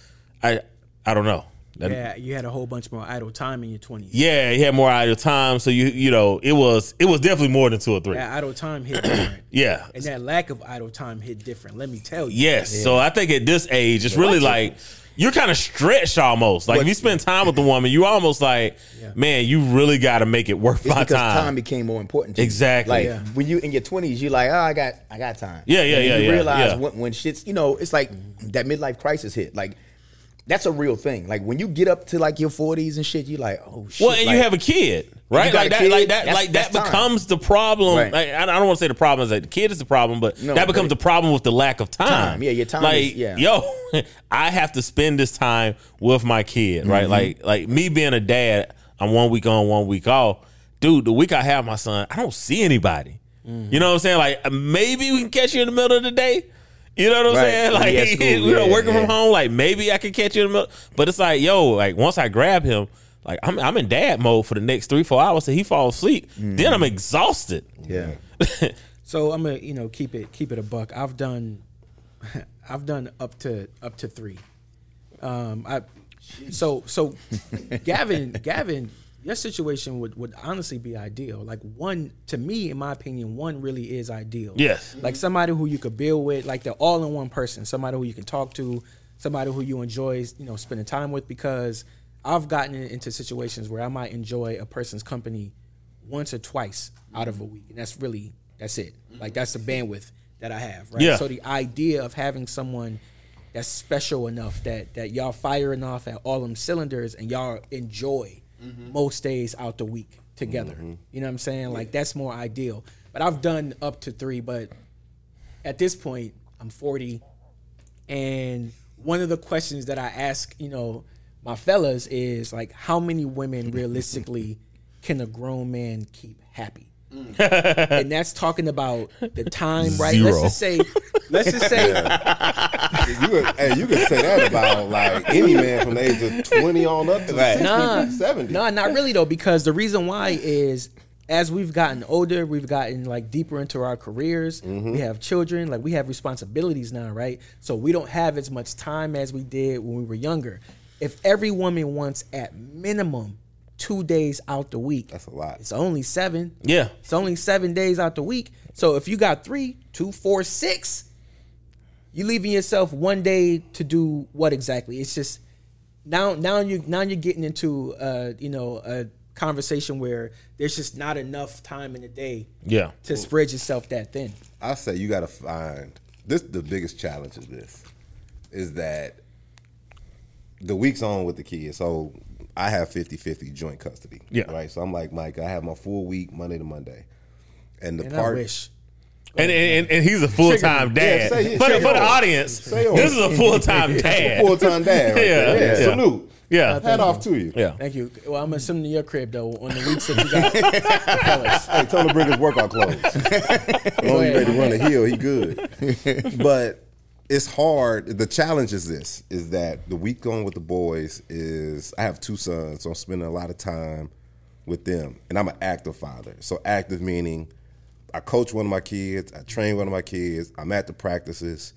I I don't know. That-
Yeah, you had a whole bunch more idle time in your 20s.
yeah, he had more idle time, so you you know it was it was definitely more than two or three.
that idle time hit different.
Yeah.
And that lack of idle time hit different. Let me tell you.
Yes. So I think at this age, it's really like you're kind of stretched almost. Like if you spend time with the woman, you almost like, man, you really got to make it worth
It's
my
because
time.
time. became more important. To you.
Exactly.
Like
Yeah.
when you in your twenties, you're like, oh, I got, I got time.
Yeah, yeah,
And
yeah,
You
yeah,
realize
yeah.
When, when shit's, you know, it's like that midlife crisis hit. Like that's a real thing. Like when you get up to like your forties and shit, you're like, oh shit.
well, and you
like-
have a kid, right?
got
Like
a
that,
kid,
like that,
that's-
like that
that's time.
becomes the problem.
Right.
Like, I I don't want to say the problem is that the kid is the problem, but
No,
that becomes
but-
the problem with the lack of time.
Time. Yeah, your time
Like,
is- yeah.
yo, I have to spend this time with my kid, right?
Mm-hmm.
Like, like me being a dad, I'm one week on, one week off. Dude, the week I have my son, I don't see anybody.
Mm.
You know what I'm saying? Like, uh, maybe we can catch you in the middle of the day. You know what I'm
Right.
saying?
When
Like,
he at school,
you know,
yeah,
working
yeah.
from home, like maybe I could catch you in the middle. But it's like, yo, like once I grab him, like I'm I'm in dad mode for the next three, four hours till he falls asleep. Then
Mm.
I'm exhausted.
yeah.
So I'm gonna, you know, keep it keep it a buck. I've done I've done up to up to three. Um I so so Gavin Gavin, your situation would would honestly be ideal. Like one to me, in my opinion, one really is ideal.
Yes.
Like somebody who you could build with, like they're all in one person, somebody who you can talk to, somebody who you enjoy, you know, spending time with because I've gotten into situations where I might enjoy a person's company once or twice out of a week, and that's really that's it. Like that's the bandwidth that I have, right?
Yeah.
So the idea of having someone that's special enough that that y'all firing off at all them cylinders and y'all enjoy most days out the week together. You know what I'm saying? Like that's more ideal. But I've done up to three, but at this point, I'm 40. And one of the questions that I ask, you know, my fellas is like, how many women realistically can a grown man keep happy? and that's talking about the time, right? let Let's
Zero.
just say, let's just say,
You could, hey, you could say that about like any man from the age of twenty on up to right.
Nah.
70.
No, not really though, because the reason why is as we've gotten older, we've gotten like deeper into our careers. We have children, like we have responsibilities now, right? So we don't have as much time as we did when we were younger. If every woman wants at minimum two days out the week,
That's a lot.
It's only seven.
Yeah.
It's only seven days out the week. So if you got three, two, four, six, you leaving yourself one day to do what exactly? It's just now now you now you're getting into uh, you know a conversation where there's just not enough time in the day
Yeah.
to spread yourself that thin.
I say you gotta find this the biggest challenge is this is that the week's on with the kids. So I have 50-50 joint custody.
Yeah.
Right. So I'm like, Mike, I have my full week Monday to Monday. And the
And
part
I wish.
And, and, and, and he's a full time
Yeah,
dad.
say it,
for,
say
the- for
it.
the audience,
Say it.
this is a full time dad.
full time dad. Right
Yeah,
there.
yeah.
Salute.
Yeah.
Hat off to you.
Yeah.
Thank you. Well, I'm assuming to your crib though on the weeks that you got. fellas.
Hey, tell him to bring his workout clothes. long as you ready to run a hill, he good. but it's hard. The challenge is this: is that the week going with the boys is I have two sons, so I'm spending a lot of time with them, and I'm an active father. So active meaning I coach one of my kids, I train one of my kids, I'm at the practices,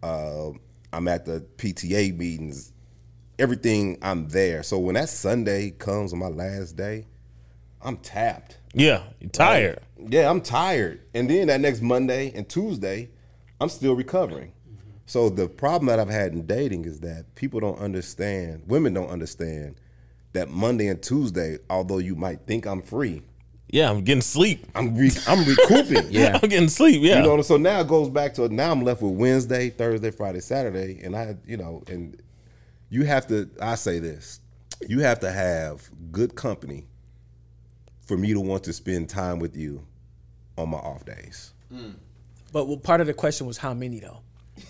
um, I'm at the PTA meetings. Everything I'm there. So when that Sunday comes on my last day, I'm tapped.
Yeah. You're tired.
Yeah, I'm tired. And then that next Monday and Tuesday, I'm still recovering. So the problem that I've had in dating is that people don't understand, women don't understand that Monday and Tuesday, although you might think I'm free,
Yeah. I'm getting sleep.
I'm re- I'm recouping.
Yeah. I'm getting sleep. Yeah.
You know, what I'm- so now it goes back to now I'm left with Wednesday, Thursday, Friday, Saturday, and I, you know, and you have to. I say this: you have to have good company for me to want to spend time with you on my off days.
But well, part of the question was how many though.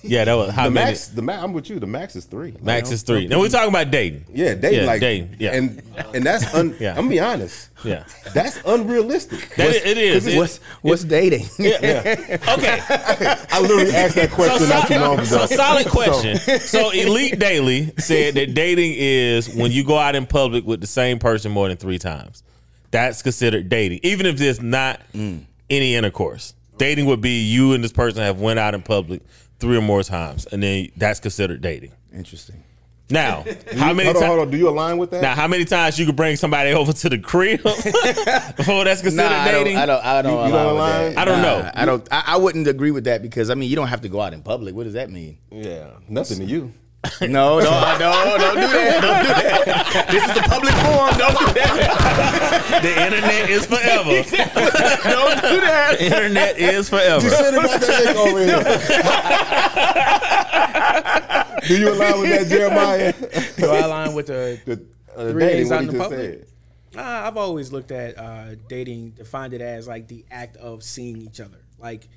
yeah. That was how
The
many?
max, the max. I'm with you. The max is three. Like,
Max is three. Now we're talking about dating.
yeah, dating.
Yeah,
like,
dating, yeah.
and and that's un,
Yeah.
I'm gonna be honest.
Yeah.
That's unrealistic.
That it- it is. It-
What's what's dating?
okay.
I literally asked that question
So,
not too long
solid, so
ago.
solid question. So, Elite Daily said that dating is when you go out in public with the same person more than three times. That's considered dating, even if there's not
Mm.
any intercourse. Dating would be you and this person have went out in public three or more times, and then that's considered dating.
Interesting.
Now, how many
Hold on, hold
times?
on. Do you align with that?
Now, how many times you could bring somebody over to the crib before that's considered
Nah, I don't.
dating?
I don't. I don't,
You- you don't
align with that.
align?
I don't
Nah,
know.
I don't. I, I wouldn't agree with that because I mean you don't have to go out in public. What does that mean?
yeah, nothing to you.
No, no, no, don't do that. Don't do that. This is the public forum. Don't do that.
the internet is forever.
Don't do that.
internet is forever.
Shit about that dick over here. Do you align with that, Jeremiah?
Do I align with the
The, uh,
Three days
what
out
he
in the
just
public?
said.
Uh, I've always looked at uh, dating, defined it as like the act of seeing each other. Like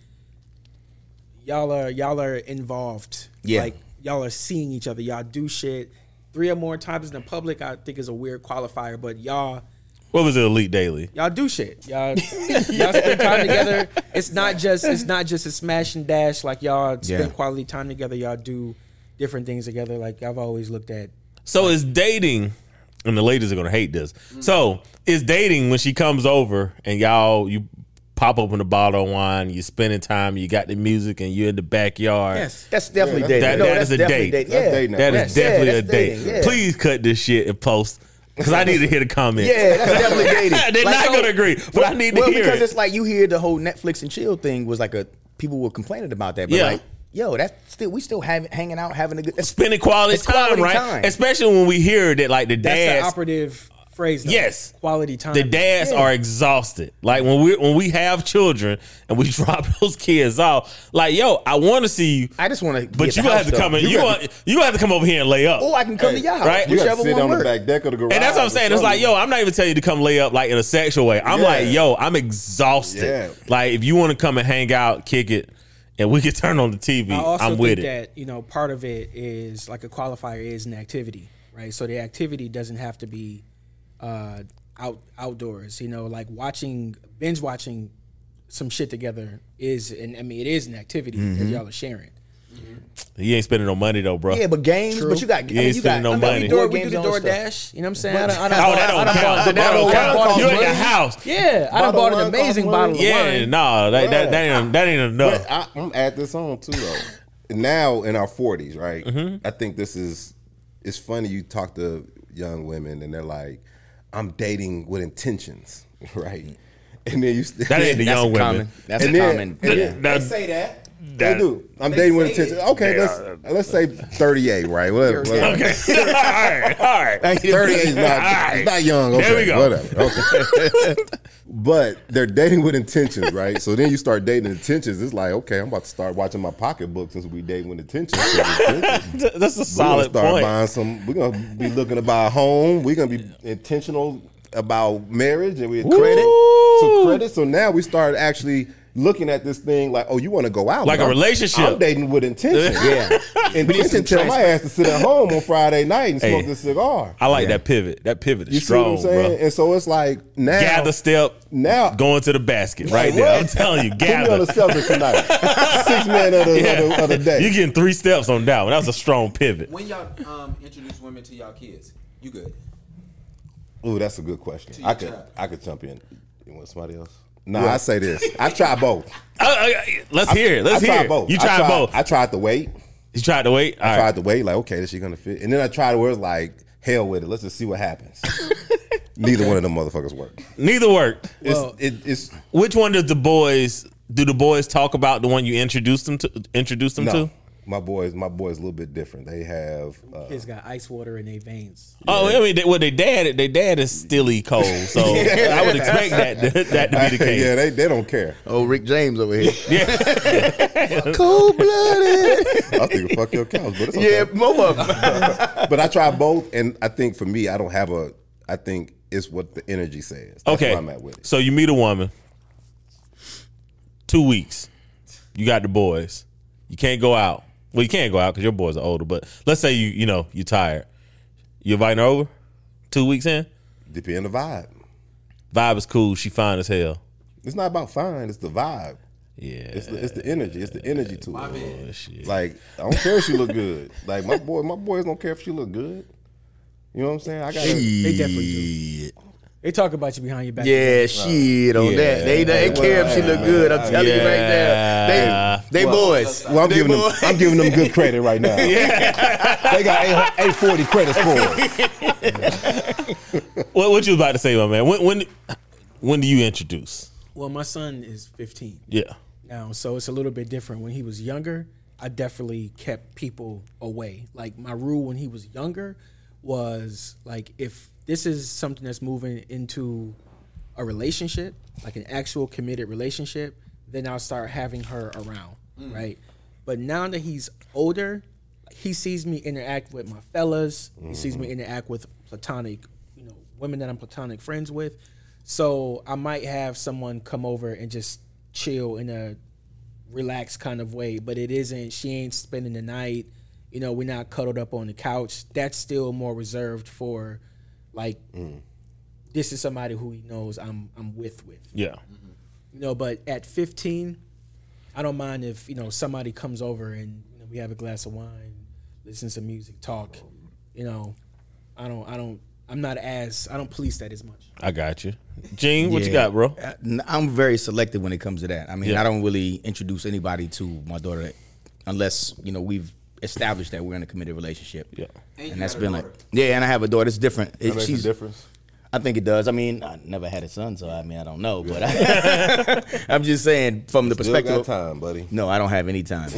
y'all are y'all are involved.
Yeah.
Like y'all are seeing each other. Y'all do shit three or more times in the public. I think is a weird qualifier, but y'all
What was it, Elite Daily?
y'all do shit. Y'all y'all spend time together. It's not just it's not just a smash and dash. Like y'all spend
Yeah.
quality time together. Y'all do different things together. Like I've always looked at.
So is dating, and the ladies are gonna hate this. So is dating when she comes over and y'all you pop open a bottle of wine, you spending time, you got the music, and you're in the backyard.
Yes.
That's definitely
that's-
That-
dating. no,
that
that's
is a date.
definitely dating.
That's
Yeah.
dating.
That is
Yes, yeah,
definitely a
that's
date.
dating, yeah.
Please cut this shit and post because I need to hear the comments.
Yeah, that's definitely dating.
They're
Like,
not
so-
gonna agree, but I need to
well,
hear
because
it.
it's like you hear the whole Netflix and chill thing was like a people were complaining about that, but
Yeah.
like, yo, that's still we still having hanging out, having a good. That's,
Spending quality
It's
time,
quality
right?
time.
Especially when we hear that, like the
That's the
dads
operative phrase. though.
Yes.
Quality time.
The dads are exhausted. Like when we when we have children and we drop those kids off, like yo, I want to see you,
I just want to.
but you gonna have to come in. You want you gonna have to come over here and lay up.
Oh, I can come to y'all house.
Right?
You gotta
Whichever
sit
one
on
works.
the back deck of the garage.
And that's what I'm saying. It's like, yo, I'm not even telling you to come lay up like in a sexual way. I'm
Yeah.
like, yo, I'm exhausted.
Yeah.
Like if you want to come and hang out, kick it, and we can turn on the TV.
I also
I'm
think
with it.
that you know part of it is like a qualifier is an activity, right? So the activity doesn't have to be uh, out outdoors. You know, like watching binge watching some shit together is, and I mean, it is an activity
Mm-hmm.
that y'all are sharing.
You ain't spending no money though, bro.
Yeah, but games. But you got. I
You ain't
mean, you got.
spending no
I mean,
money.
We,
we do-
door,
board
we do
games
the
and all that stuff.
DoorDash. You know what I'm saying? I done, I done
Oh,
bought-
that
I
don't
done
count.
bought-
That
I
don't
done bought
count.
all
You
the
ain't the
money.
house.
Yeah, I done
Bottle
bought an
wine costs
amazing
money.
bottle of
Yeah,
wine.
nah, that, that,
Bruh.
that ain't that ain't enough.
But I, I'm add this on too though. now in our 40s, right?
Mm-hmm.
I think this is. It's funny you talk to young women and they're like, "I'm dating with intentions," right? And then you
that ain't the
That's
young
a
women.
common. That's
and
a
then-
common.
and
yeah.
then-
That-
that.
that-
They do. I'm dating with
say
intentions. Okay,
They
let's
are-
let's say 38, right? Whatever. whatever.
Okay. all right. All right.
38 is not,
Alright.
it's not young. Okay,
There we go.
Whatever. Okay. but they're dating with intentions, right? So then you start dating intentions. It's like, okay, I'm about to start watching my pocketbook since we dating with intentions. So intentions.
That's a
We're gonna
solid
start
point.
buying some. We're gonna be looking to buy a home. We're gonna be intentional about marriage and we credit. So
Woo.
credit. So now we start actually looking at this thing like, oh, you want to go out
Like a
I'm-
relationship.
I'm dating with intention.
Yeah.
intention tell my ass to sit at home on Friday night and smoke this cigar.
I like that pivot. That pivot is
You
strong,
see what I'm saying?
bro.
And so it's like now,
Gather step
now
going to the basket right
Like,
there.
what?
I'm telling you,
put me on the
gather.
Celtics tonight. Six man of the, of the, of the day.
You're getting three steps on that one. That was a strong pivot.
When y'all um, introduce women to y'all kids, you good.
Ooh, that's a good question.
you
I could
try.
I could jump in. You want somebody else? Nah, I say this. I try both.
Uh, uh, let's hear it. Let's
I
hear
tried
it.
both.
You
I
tried, both.
I tried to wait.
you tried to wait. All
I
right.
tried to wait. Like, okay, is she gonna fit? And then I tried to where it's like, hell with it. Let's just see what happens. Neither one of them motherfuckers worked.
Neither worked.
Well-
it's it, it's
Which one does the boys? Do the boys talk about the one you introduced them to? Introduced them
no.
to?
My boys, my boys, a little bit different. They have uh,
Kids got ice water in their veins.
Oh, I mean, they, well, their dad, their dad is stilly cold, so I would expect that that to be the case.
yeah, they, they don't care.
Oh, Rick James over here.
Cold blooded. I was thinking, fuck your cows, but it's okay.
Yeah, both of them.
But I try both, and I think for me, I don't have a. I think it's what the energy says. That's
okay,
where I'm at with it.
so you meet a woman, two weeks, you got the boys, you can't go out. Well, you can't go out because your boys are older. But let's say you, you know, you're tired. You inviting her over, two weeks in,
Depend on the vibe.
vibe is cool. She fine as hell.
It's not about fine. It's the vibe.
Yeah,
It's the, it's the energy. It's the energy to it.
shit.
Like I don't care if she look good. Like my boy, my boys don't care if she look good. You know what I'm saying? I got.
They definitely do. They talk about you behind your back.
Yeah, shit on that. They they care if she look good. I'm telling you right
Yeah.
now. They they boys.
Well, I'm
They
giving them.
boys.
I'm giving them good credit right now. they got 800 840 credit score.
What, what you was about to say, my man? When when when do you introduce?
Well, my son is 15.
Yeah.
now, so it's a little bit different. When he was younger, I definitely kept people away. Like my rule when he was younger was like if this is something that's moving into a relationship, like an actual committed relationship, then I'll start having her around, right? But now that he's older, he sees me interact with my fellas. He sees me interact with platonic, you know, women that I'm platonic friends with. So I might have someone come over and just chill in a relaxed kind of way, but it isn't. She ain't spending the night. You know, we're not cuddled up on the couch. That's still more reserved for, like, this is somebody who he knows I'm I'm with with.
Yeah.
You know, but at 15, I don't mind if you know somebody comes over and you know, we have a glass of wine, listen to music, talk. You know, I don't I don't I'm not as I don't police that as much.
I got you. Gene, what you
Yeah.
got, bro?
Uh, n- I'm very selective when it comes to that. I mean,
Yeah.
I don't really introduce anybody to my daughter unless you know we've established that we're in a committed relationship.
Yeah.
and,
you
that's
got a
been like
daughter.
yeah. And I have a daughter. It's different. It-
That makes a
she's
difference.
I think it does. I mean, I never had a son, so I mean, I don't know, but I, am just saying from the
Still
perspective.
got
of-
time, buddy.
No, I don't have any time. No.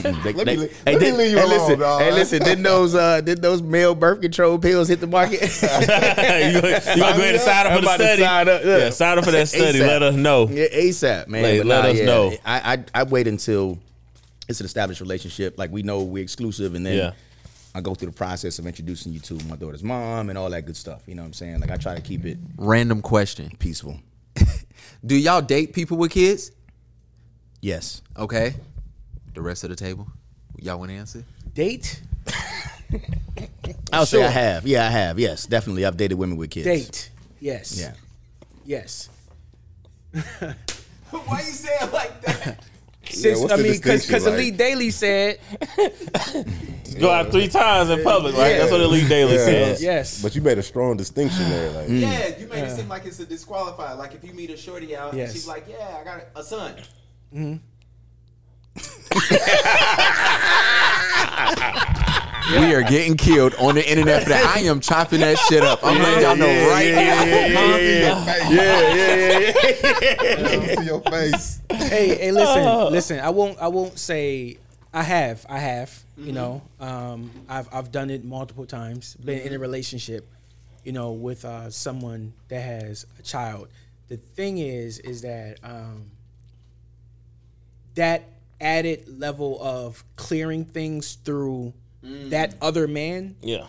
Mm-mm. They-
Let
they-
me li-
hey,
let me
did-
leave you
hey,
alone,
listen,
dog.
Hey, listen, didn't those uh, didn't those male birth control pills hit the market?
you gonna, you gonna go ahead and sign up for the
Somebody
study?
sign up, yeah.
Yeah, sign up for that study. Let us know.
Yeah, ASAP, man.
Like,
But
let us know.
I, I I wait until it's an established relationship. Like we know we're exclusive, and then
Yeah.
I go through the process of introducing you to my daughter's mom and all that good stuff. You know what I'm saying? Like I try to keep it
Random question.
peaceful.
Do y'all date people with kids?
Yes.
Okay. The rest of the table, y'all want to answer?
Date,
Oh,
I'll say I have. Yeah, I have. Yes, definitely. I've dated women with kids.
date. Yes.
Yeah.
Yes.
Why you say it like that?
Since
what's
I
the
mean, because
distinction, like?
Elite Daily said
Go out three times in public, right? That's what Elite Daily says.
yes.
But you made a strong distinction there. Like,
Yeah, you made it seem like it's a disqualifier. Like if you meet a shorty out
Yes.
and she's like, "Yeah, I got a son."
We are getting killed on the internet for that. I am chopping that shit up. I'm letting y'all know right now.
yeah, yeah, yeah, yeah. See your face.
hey, hey, listen, listen. I won't, I won't say. I have, I have. You know, um, I've, I've done it multiple times. Been in a relationship, you know, with uh, someone that has a child. The thing is, is that um, that added level of clearing things through that other man
Yeah.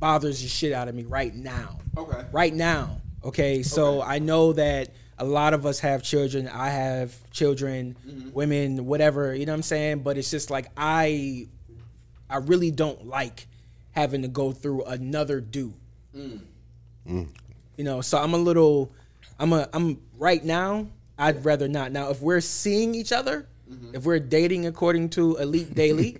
bothers the shit out of me right now.
Okay.
Right now. Okay. So I know that a lot of us have children. I have children, women, whatever, you know what I'm saying? But it's just like I I really don't like having to go through another dude. You know, so I'm a little I'm a I'm right now, I'd rather not. Now if we're seeing each other, if we're dating according to Elite Daily,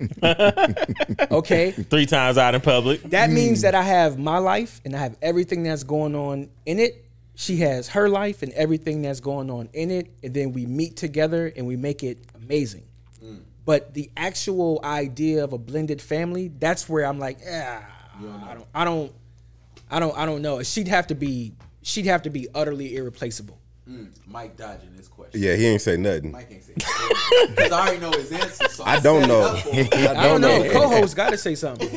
okay,
Three times out in public.
that means that I have my life and I have everything that's going on in it. She has her life and everything that's going on in it. And then we meet together and we make it amazing. Hmm. But the actual idea of a blended family, that's where I'm like, yeah, I don't, I don't, I don't, I don't know. She'd have to be, she'd have to be utterly irreplaceable.
Mike dodging this question.
Yeah, he ain't say nothing.
Mike ain't saying because I already know his answer. So I,
I don't
set it
know.
up for him.
I don't know. Co-host got to say something.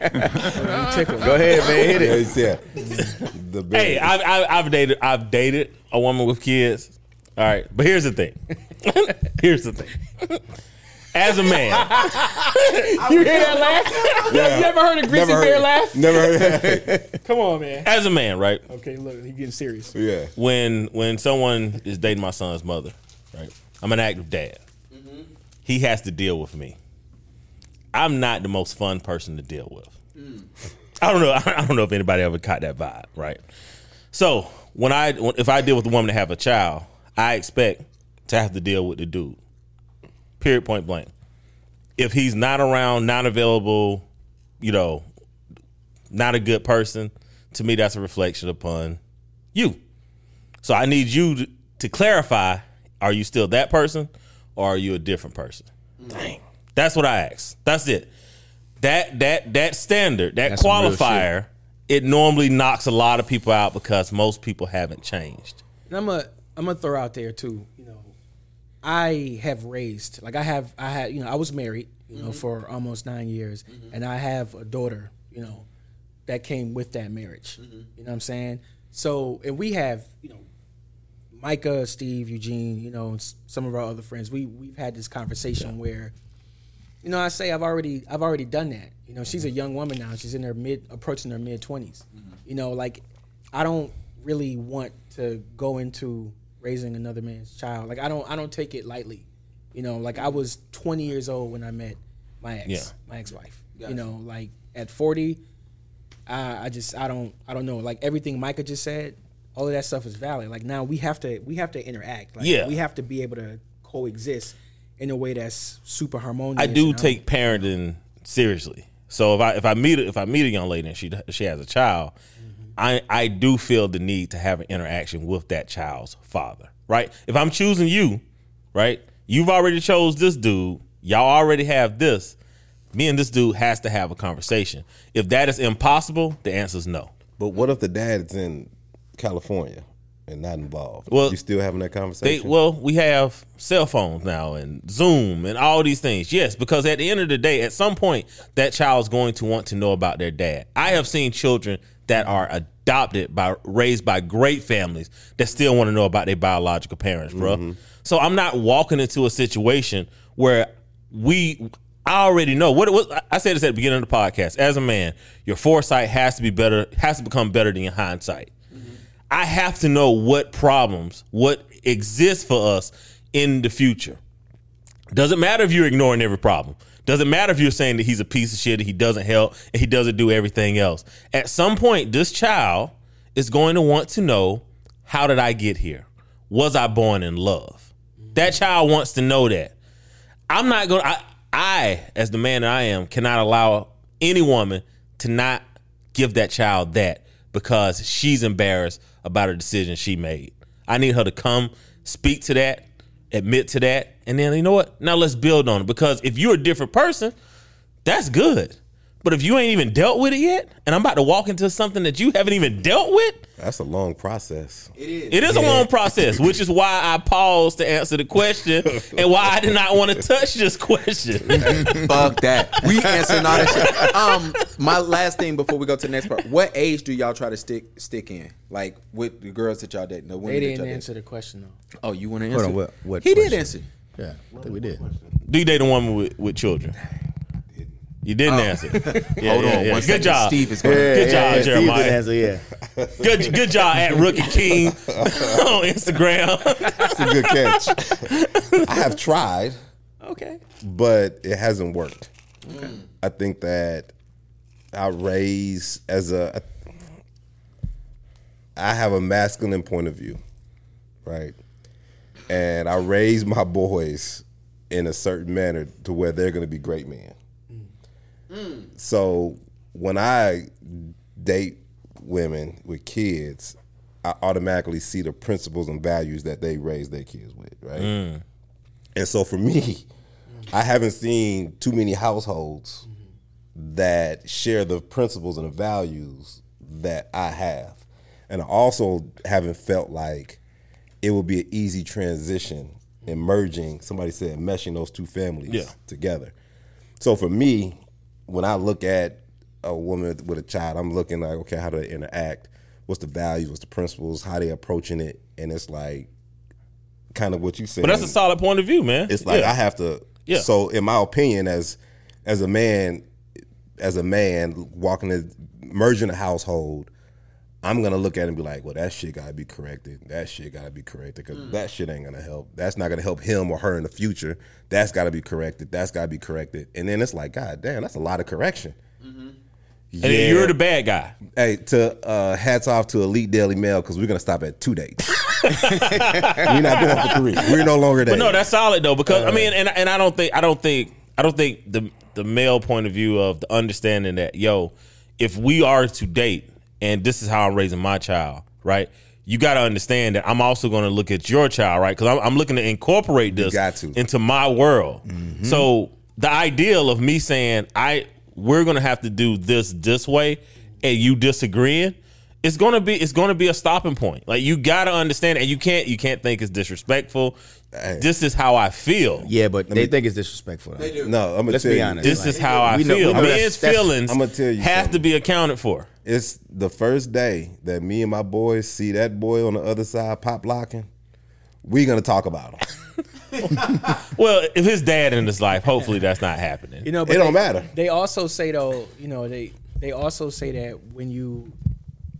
Go ahead, man. Hit
Yeah,
it.
he's- yeah. The best.
Hey, I've, I've, I've dated I've dated a woman with kids. All right, but here's the thing. here's the thing. As a man,
You hear that laugh? You ever heard a greasy
Never heard
bear
it.
laugh?
Never heard that.
Come on, man.
as a man, right?
Okay, look, he getting serious.
Yeah.
When when someone is dating my son's mother, right? I'm an active dad. He has to deal with me. I'm not the most fun person to deal with. I don't know. I don't know if anybody ever caught that vibe, right? So when I when- if I deal with a woman to have a child, I expect to have to deal with the dude. Period. Point blank. If he's not around, not available, you know, not a good person, to me that's a reflection upon you. So I need you to, to clarify: Are you still that person, or are you a different person? Dang, that's what I ask. That's it. That that that standard, that
That's some real
qualifier, it normally knocks a lot of people out because most people haven't changed.
And I'm a I'm gonna throw out there too. You know, I have raised like I have I had you know I was married you know for almost nine years, and I have a daughter you know that came with that marriage. You know what I'm saying? So and we have you know Micah, Steve, Eugene, you know, and s- some of our other friends. We we've had this conversation where. You know, I say I've already I've already done that. You know, she's a young woman now. She's in her mid approaching her mid 20s You know, like I don't really want to go into raising another man's child. Like I don't I don't take it lightly. You know, like I was 20 years old when I met my ex,
Yeah.
my ex-wife.
Gotcha.
You know, like at 40, I, I just I don't I don't know. Like everything Micah just said, all of that stuff is valid. Like now we have to we have to interact. Like
Yeah.
we have to be able to coexist in a way that's super harmonious.
I do
and
take parenting seriously. So if I if I meet a- if I meet a young lady and she she has a child, I I do feel the need to have an interaction with that child's father, right? If I'm choosing you, right? You've already chose this dude. Y'all already have this. Me and this dude has to have a conversation. If that is impossible, the answer is no.
But what if the dad is in California and not involved?
Well,
you still having that
They
conversation?
well, we have cell phones now and Zoom and all these things. Yes, because at the end of the day, at some point, that child's going to want to know about their dad. I have seen children that are adopted by raised by great families that still want to know about their biological parents, bro. So I'm not walking into a situation where we I already know what, what I said this at the beginning of the podcast. As a man, your foresight has to be better, has to become better than your hindsight. I have to know what problems, what exists for us in the future. Doesn't matter if you're ignoring every problem. Doesn't matter if you're saying that he's a piece of shit, that he doesn't help, and he doesn't do everything else. At some point, this child is going to want to know how did I get here? Was I born in love? That child wants to know that. I'm not going. I, I, as the man that I am, cannot allow any woman to not give that child that because she's embarrassed about a decision she made. I need her to come, speak to that, admit to that, and then you know what? Now let's build on it because if you're a different person, that's good. But if you ain't even dealt with it yet, and I'm about to walk into something that you haven't even dealt with,
That's a long process.
It is.
it is a long process, which is why I paused to answer the question and why I did not want to touch this question.
Fuck that. We answering all that shit. Um, my last thing before we go to the next part. What age do y'all try to stick stick in? Like with the girls that y'all dating, the
They
women that
didn't
y'all
answer
dating.
the question though.
Oh, you want to answer?
Hold on, what- what
he did
question?
answer.
Yeah, I think we did.
Do you date a woman with, with children? You didn't answer. Yeah,
Hold
yeah,
on,
yeah.
one
Good
second.
job.
Steve is going. to
Good job,
Steve did
Jeremiah.
answer, yeah.
Good, good job at Rookie King on Instagram.
That's a good catch. I have tried,
Okay.
but it hasn't worked. I think that I raise as a I have a masculine point of view, right? And I raise my boys in a certain manner to where they're going to be great men. So when I date women with kids, I automatically see the principles and values that they raise their kids with, right? And so for me, I haven't seen too many households that share the principles and the values that I have. And I also haven't felt like it would be an easy transition in merging, somebody said, meshing those two families
Yeah.
together. So for me, when I look at a woman with a child, I'm looking like, okay, how do they interact? What's the values? What's the principles? How they approaching it? And it's like kind of what you said.
But that's a solid point of view, man.
It's like
Yeah.
I have to.
Yeah.
So in my opinion, as as a man, as a man walking the merging a household, I'm gonna look at it and be like, well, that shit gotta be corrected. That shit gotta be corrected because
Mm.
that shit ain't gonna help. That's not gonna help him or her in the future. That's gotta be corrected. That's gotta be corrected. And then it's like, god damn, that's a lot of correction. Yeah.
Mm-hmm. and then you're the bad guy.
Hey, to uh, hats off to Elite Daily Mail because we're gonna stop at two dates. we're not going for three. We're no longer there.
But no, that's solid though because I mean, and and I don't think I don't think I don't think the the male point of view of the understanding that yo, if we are to date, and this is how I'm raising my child, right? You got to understand that I'm also going to look at your child, right? Because I'm, I'm looking to incorporate this
got to.
into my world. So the ideal of me saying I we're going to have to do this this way, and you disagreeing. It's gonna be it's gonna be a stopping point. Like you gotta understand, and you can't you can't think it's disrespectful. This is how I feel.
Yeah, but they think it's disrespectful. They
do.
No, I'm gonna
Let's
tell
be
you,
honest.
This,
This is how I
We know-
feel.
we know
Men's
that's- that's-
feelings
I'ma tell you
have to
something.
be accounted for.
it's the first day that me and my boys see that boy on the other side pop locking. We gonna talk about him.
Well, if his dad in his life, hopefully that's not happening.
You know,
It
but
don't
they-
matter.
They also say though, you know, they they also say that when you,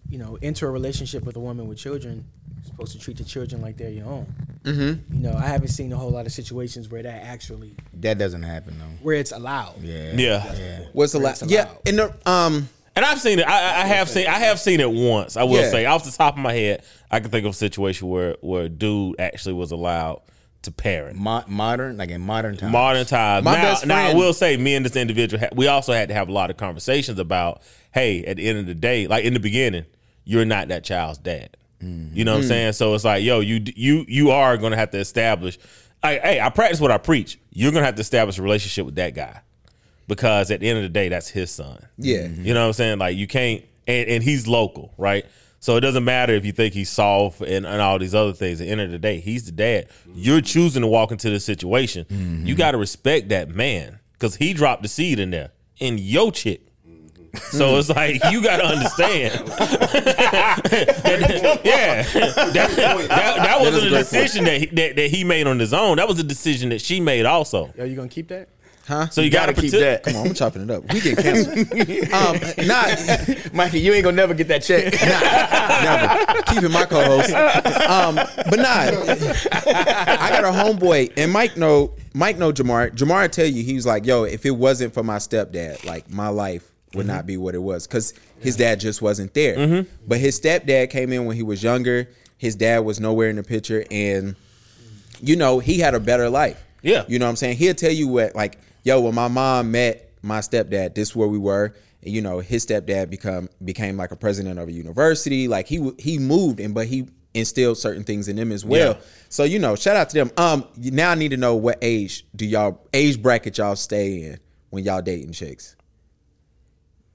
you know, enter a relationship with a woman with children, you're supposed to treat the children like they're your own. Mm-hmm. You know, I haven't seen a whole lot of situations where that actually
That doesn't happen though.
where it's allowed. Yeah.
yeah.
What's the last? Yeah, in the um.
and I've seen it. I, I I have seen. I have seen it once. I will
Yeah.
say, off the top of my head, I can think of a situation where where a dude actually was allowed to parent.
Mo- modern, like in modern times.
Modern times.
My
now,
best
now I
friend-
will say, me and this individual, ha- we also had to have a lot of conversations about, hey, at the end of the day, like in the beginning, you're not that child's dad. You
Mm-hmm.
know what I'm saying? So it's like, yo, you you you are gonna have to establish. I, hey, I practice what I preach. You're gonna have to establish a relationship with that guy because at the end of the day, that's his son.
Yeah. Mhm.
You know what I'm saying? Like you can't, and, and he's local, right? So it doesn't matter if you think he's soft and, and all these other things. At the end of the day, he's the dad. You're choosing to walk into this situation. You got to respect that man because he dropped the seed in there in your chick. So it's like you got to understand. That- yeah, that, that, that wasn't a decision that he, that, that he made on his own. That was a decision that she made also.
Yo, you gonna keep that?
So you, got to
gotta keep that.
Come on, I'm chopping it up. We get canceled. um, not
Mikey, you ain't gonna never get that check.
Never. Keeping my co-host. Um, but not. I got a homeboy, and Mike know Mike know Jamar. Jamar tell you he was like, "Yo, if it wasn't for my stepdad, like my life would not be what it was because his dad just wasn't there. But his stepdad came in when he was younger. His dad was nowhere in the picture, and you know he had a better life.
Yeah.
you know what I'm saying. He'll tell you what, like, yo, when my mom met my stepdad, this where we were. And, you know, his stepdad become became like a president of a university. Like he w- he moved and but he instilled certain things in them as well.
Yeah.
So you know, shout out to them. Um, you- now I need to know what age do y'all age bracket y'all stay in when y'all dating chicks.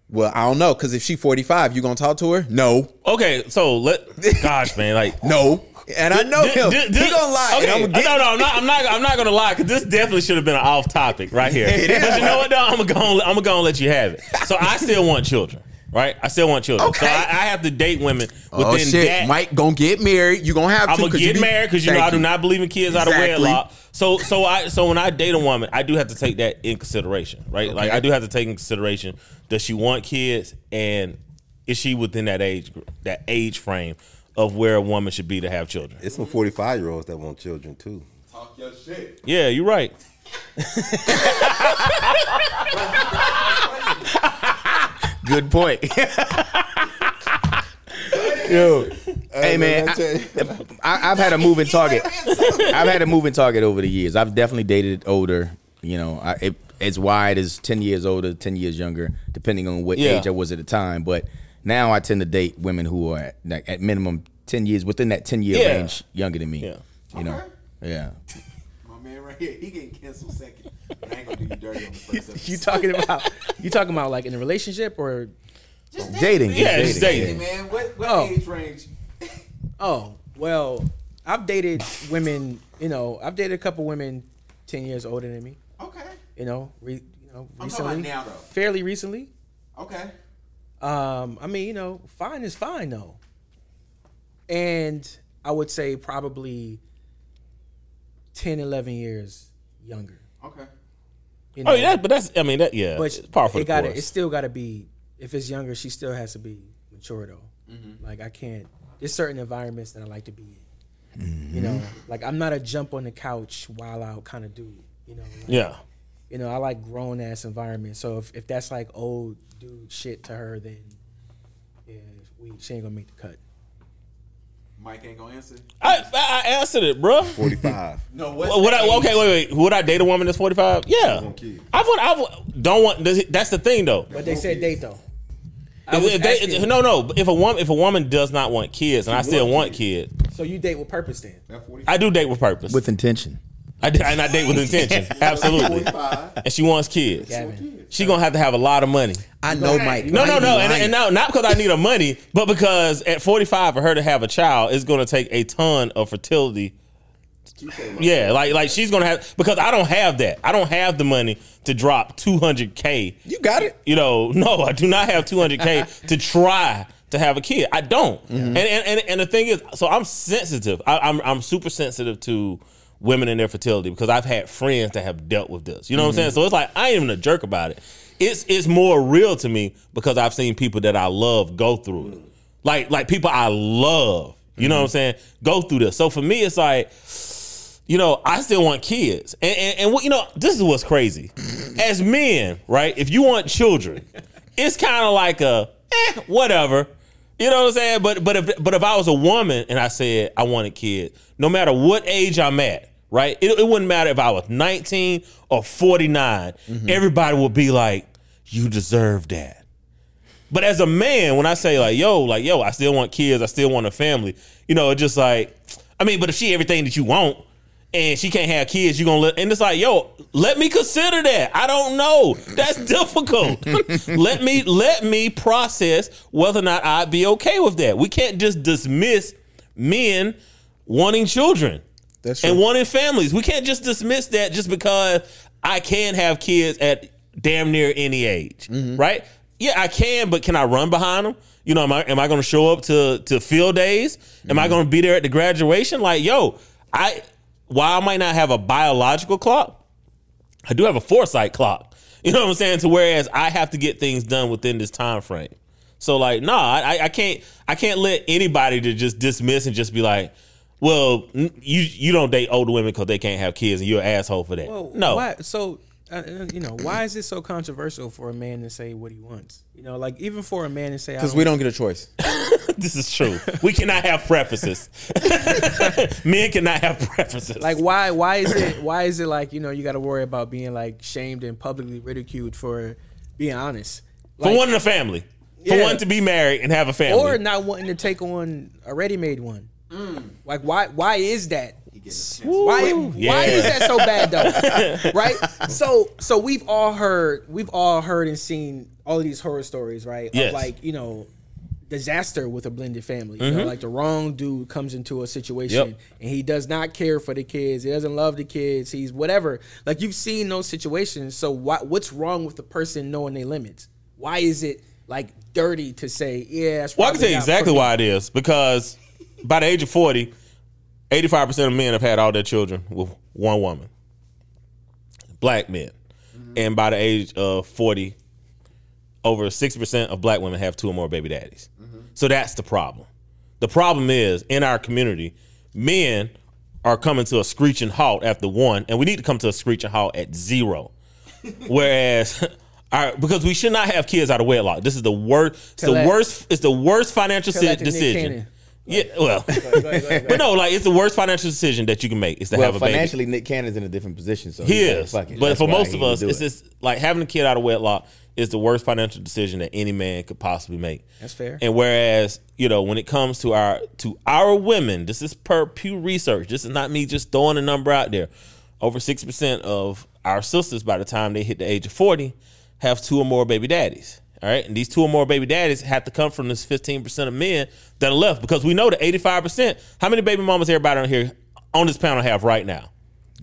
Well, I don't know because if she 45, you gonna talk to her? No,
Okay, so let gosh, man, like
no. And I know him.
Thi- thi-
he gonna lie. and
Okay.
I'm gonna get-
no, no, I'm not. I'm not. I'm not gonna lie because this definitely should have been an off topic right here. but you know what? Though I'm gonna go- I'm gonna let you have it. So I still want children, right? I still want children.
Okay.
So I, I have to date women within
oh shit,
that.
Mike gonna get married. You gonna have
I'm
to.
gonna
'cause you
get
be-
married because you know
Thank
I do not believe in kids out of
Exactly.
wedlock. So so I so when I date a woman, I do have to take that in consideration, right? Like I do have to take in consideration does she want kids and is she within that age gr- that age frame of where a woman should be to have children?
It's some 45 year olds that want children too.
Talk your shit.
Yeah, you're right.
Good point. Yo, hey man, I, I, I've had a moving target. I've had a moving target over the years. I've definitely dated older. You know, I, it, as wide as ten years older, ten years younger, depending on what
Yeah.
age I was at the time. But now I tend to date women who are at, like, at minimum ten years within that ten year
Yeah.
range, younger than me.
Yeah.
You know,
Okay.
yeah.
My man right here, he getting canceled second. But I ain't gonna do you dirty on the first episode.
You talking about? you talking about like in a relationship or?
Just
Dating,
man.
Yeah, just dating.
man. What, what
Oh.
age range?
Oh well, I've dated women. You know, I've dated a couple women ten years older than me.
Okay.
You know, re, you know,
I'm talking about
recently,
now, though.
fairly recently.
Okay.
Um, I mean, you know, fine is fine though. And I would say probably 10, 11 years younger.
Okay.
You
Oh yeah, but that's I mean that yeah,
but
it's par for
it
the
got
course.
it still got to be if it's younger, she still has to be mature though. Like I can't. There's certain environments that I like to be in.
Mm-hmm.
You know, like I'm not a jump on the couch while out kind of dude. You know, like,
yeah,
you know, I like grown ass environment. So if, if that's like old dude shit to her, then yeah, we she ain't gonna make the cut.
Mike ain't gonna answer.
I, I I answered it, bro.
45.
No, what?
Would I, okay, wait, wait. Would I date a woman that's forty five? Yeah,
want kids.
I want. I want- don't want. does it- That's the thing, though.
But they said date though. I was
If, if they,
asking-
no, no. If a woman, if a woman does not want kids, and I still
want
want kids,
So you date with purpose then?
That 45.
I do date with purpose.
With intention.
I did, and I date with intention, absolutely.
45.
And she wants kids.
Gavin.
She gonna have to have a lot of money.
I know Mike.
No,
Mike
no,
be
no, and,
lying.
and no, not because I need her money, but because at forty five for her to have a child is gonna take a ton of fertility Yeah, like like she's gonna have because I don't have that. I don't have the money to drop two hundred k.
you got it.
You know, no, I do not have two hundred k to try to have a kid. I don't. And, and and and the thing is, so I'm sensitive. I, I'm I'm super sensitive to women and their fertility because I've had friends that have dealt with this. You know what I'm saying? So it's like I ain't even a jerk about it. It's it's more real to me because I've seen people that I love go through it. Like like people I love. You know what I'm saying? Go through this. So for me, it's like you know, I still want kids. And, and, and what, you know, this is what's crazy. As men, right, if you want children, it's kind of like a, eh, whatever. You know what I'm saying? But but if but if I was a woman and I said I wanted kids, no matter what age I'm at, right? It, it wouldn't matter if I was 19 or 49. Everybody would be like, "You deserve that." But as a man, when I say like, yo, like, yo, I still want kids, I still want a family, you know, it's just like, I mean, but if she everything that you want, and she can't have kids, you gonna let and it's like, yo, let me consider that. I don't know. That's difficult. let me let me process whether or not I'd be okay with that. We can't just dismiss men wanting children
That's
and
true.
wanting families. We can't just dismiss that just because I can have kids at damn near any age, right? Yeah, I can, but can I run behind them? You know, am I am I going to show up to to field days? Am I going to be there at the graduation? Like, yo, I while I might not have a biological clock, I do have a foresight clock. You know what I'm saying? To whereas I have to get things done within this time frame. So like, nah, I, I can't I can't let anybody to just dismiss and just be like, well, n- you you don't date older women because they can't have kids and you're an asshole for that.
Well,
no,
Why, so uh, uh, you know, why is this so controversial for a man to say what he wants? You know, like even for a man to say,
Because we don't get a choice.
this is true. We cannot have preferences. Men cannot have preferences.
Like why? Why is it? Why is it like you know you got to worry about being like shamed and publicly ridiculed for being honest?
for
Like,
one in a family, for
Yeah.
one to be married and have a family,
or not wanting to take on a ready-made one. Like why? Why is that? Why?
Yeah.
Why is that so bad though? right? So so we've all heard we've all heard and seen all of these horror stories, right?
Yes.
Of like you know disaster with a blended family. You know, like the wrong dude comes into a situation
Mm-hmm. Yep.
and he does not care for the kids. He doesn't love the kids. He's whatever. Like you've seen those situations. So what what's wrong with the person knowing their limits? Why is it like dirty to say, yeah, that's
Well, I can tell you
probably not
exactly
for me.
why it is because by the age of 40, 85% of men have had all their children with one woman, black men.
Mm-hmm.
And by the age of 40, over 60% of black women have two or more baby daddies.
Mm-hmm.
So that's the problem. The problem is in our community, men are coming to a screeching halt after one, and we need to come to a screeching halt at zero. Whereas, our, because we should not have kids out of wedlock. This is the worst. It's the
Tell that-
worst. It's the worst financial
Tell
si-
that to Nick
decision.
Cannon.
Yeah, well, but no, like it's the worst financial decision that you can make is to
Well,
have a baby.
financially, Nick Cannon's in a different position, so
He
he's like,
is.
fuck it.
But
That's
for
why
most
he
of
would
us,
do
it's
it.
just like having a kid out of wedlock is the worst financial decision that any man could possibly make.
That's fair.
And whereas, you know, when it comes to our to our women, this is per Pew Research. This is not me just throwing a number out there. Over six percent of our sisters by the time they hit the age of forty have two or more baby daddies. All right. And these two or more baby daddies have to come from this fifteen percent of men that are left because we know the eighty five percent. How many baby mamas everybody on here on this panel have right now?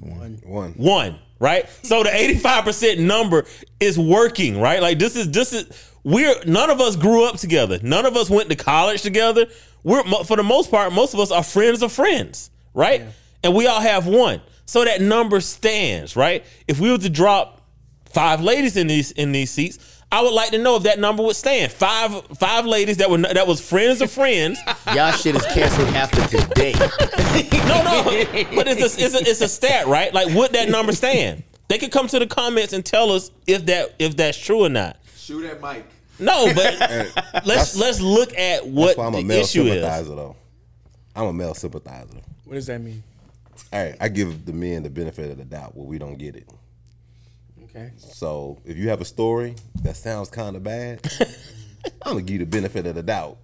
One.
one, right? So the 85% number is working, right? Like this is this is we're none of us grew up together. None of us went to college together. We're mo- for the most part, most of us are friends of friends, right? And we all have one. So that number stands, right? If we were to drop five ladies in these in these seats. I would like to know if that number would stand. Five five ladies that were that was friends of friends.
Y'all shit is canceled after today.
No, no, but it's a, it's a it's a stat, right? Like, would that number stand? They could come to the comments and tell us if that if that's true or not.
Shoot at Mike.
No, but let's let's look at what
That's why I'm a
the
male
issue
sympathizer,
is.
though. I'm a male sympathizer.
What does that mean?
All right, I give the men the benefit of the doubt where we don't get it.
Okay.
So if you have a story that sounds kind of bad, I'm gonna give you the benefit of the doubt.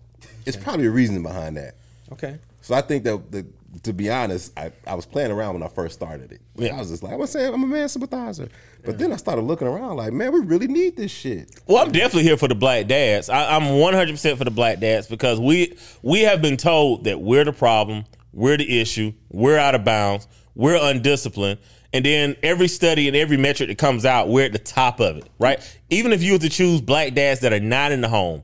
It's probably a reason behind that.
Okay.
So I think that the, to be honest, I, I was playing around when I first started it.
Yeah.
I was just like, I'm saying I'm a man sympathizer, but then I started looking around like, man, we really need this shit.
Well, I'm definitely here for the black dads. I, I'm 100 percent for the black dads because we we have been told that we're the problem, we're the issue, we're out of bounds, we're undisciplined, and then every study and every metric that comes out, we're at the top of it, right? Even if you were to choose black dads that are not in the home,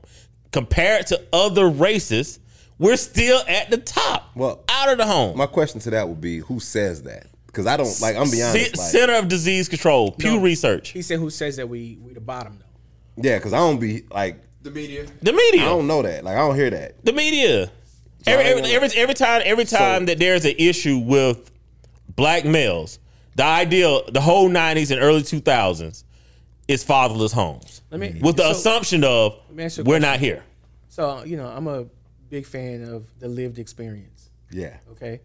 compared to other races, we're still at the top,
Well,
out of the home.
My question to that would be, who says that? Because I don't like. I'm
C-
being honest. Like,
Center of Disease Control, Pew
No.
Research,
He said, "Who says that we we the bottom though?"
yeah, because I don't be like.
The media.
the
I
media.
don't know that. Like I don't hear that.
The media. Every,
I don't
every,
wanna-
every every time every time that there's an issue with black males, the idea the whole '90s and early 2000s is fatherless homes.
Let me-
with the
so-
assumption of
me ask you
we're
a
not here.
So you know, I'm a big fan of the lived experience.
Yeah.
Okay,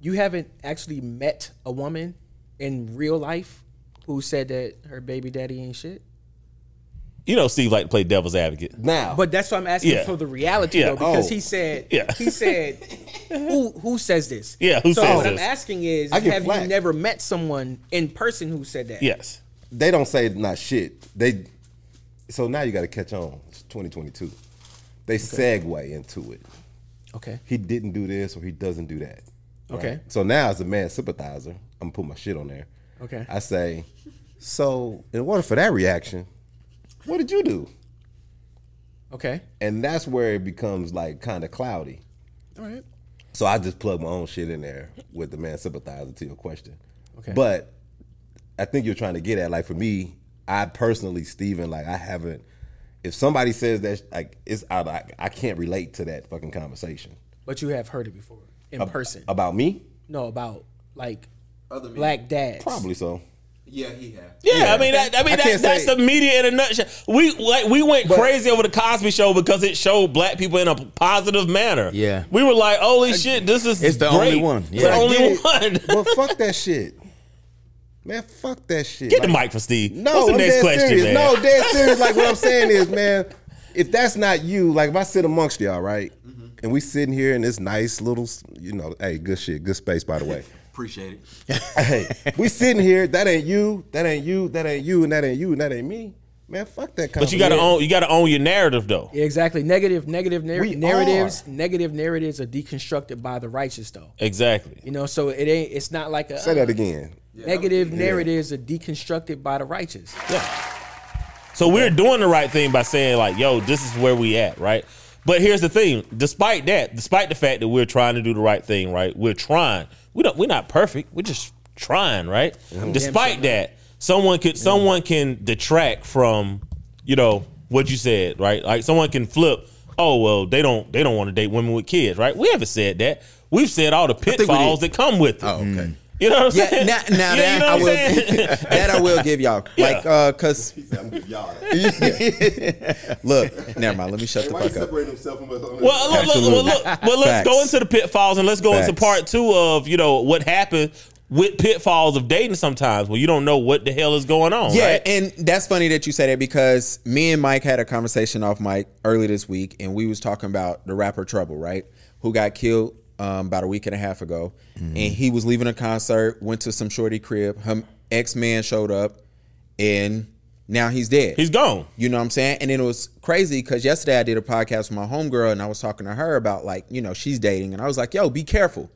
you haven't actually met a woman in real life who said that her baby daddy ain't shit.
You know, Steve like to play devil's advocate.
Now,
But that's why I'm asking
Yeah.
for the reality
Yeah.
though, because
Oh.
he said,
Yeah.
he said, who who says this?
Yeah, who
so
says
what
this?
I'm asking is,
I get
have you
flack.
never met someone in person who said that?
Yes.
they don't say not shit. They so now you got to catch on. It's 2022. They segue into it.
Okay.
He didn't do this or he doesn't do that.
Okay.
So now as a man sympathizer, I'm gonna put my shit on there.
Okay.
I say, so in order for that reaction, what did you do?
Okay.
And that's where it becomes like kind of cloudy.
All right.
So I just plug my own shit in there with the man sympathizer to your question.
Okay.
But I think you're trying to get at like for me, I personally, Steven, like I haven't. If somebody says that, like it's I, I, I can't relate to that fucking conversation
But you have heard it before in person.
about me.
no, about like
Other men.
black dads.
Probably so.
Yeah, he have.
Yeah, I mean, that, I mean,
I
that,
can't
that's
say-
the media in a nutshell. We like we went crazy over the Cosby Show because it showed black people in a positive manner.
Yeah.
we were like, holy shit, this is
It's the
great.
only one.
It's
Yeah.
the
I
only
get it,
one.
but fuck that shit, man. Fuck that shit.
Get the
Like,
mic for Steve.
No,
What's the
I'm
next
dead
question,
serious.
man?
No, dead serious. Like what I'm saying is, man, if that's not you, like if I sit amongst y'all, right,
Mm-hmm.
and we sitting here in this nice little, you know, hey, good shit, good space, by the way.
Appreciate it.
hey, we sitting here. That ain't you. That ain't you. That ain't you. And that ain't you. And that ain't me. Man, fuck that.
but you gotta own you gotta own your narrative though.
Yeah, exactly. Negative, negative nar-
We
narratives.
are.
Negative narratives are deconstructed by the righteous, though.
Exactly.
You know, so it ain't. It's not like a
Say that again.
negative narratives are deconstructed by the righteous.
So we're doing the right thing by saying like, yo, this is where we at, right? But here's the thing. Despite that, despite the fact that we're trying to do the right thing, right? We're trying. We don't. We're not perfect. We're just trying, right? Despite that, someone could someone can detract from, you know, what you said, right? Like someone can flip. Oh well, they don't. They don't want to date women with kids, right? We haven't said that. We've said all the
we
pitfalls that come with it.
Oh, okay.
You know what I'm
Yeah,
saying?
now, now
Yeah,
that
you know
I
what I'm
will,
saying?
that I will give y'all, like, uh, cause
He said, I'm gonna give y'all that.
look, never mind. Let me shut the
Why you
fuck up.
separate himself from us?
Well, look, look, well, look, well, let's go
Facts.
into the pitfalls and let's go into
Facts.
part two of you know what happened with pitfalls of dating sometimes when you don't know what the hell is going on.
Yeah,
right?
and that's funny that you say that because me and Mike had a conversation off mic early this week, and we was talking about the rapper Trouble, right? Who got killed um, about a week and a half ago, and he was leaving a concert, went to some shorty crib. Her ex man showed up, and now he's dead.
he's gone.
You know what I'm saying? And then it was crazy because yesterday I did a podcast with my homegirl and I was talking to her about like, you know, she's dating. And I was like, yo, be careful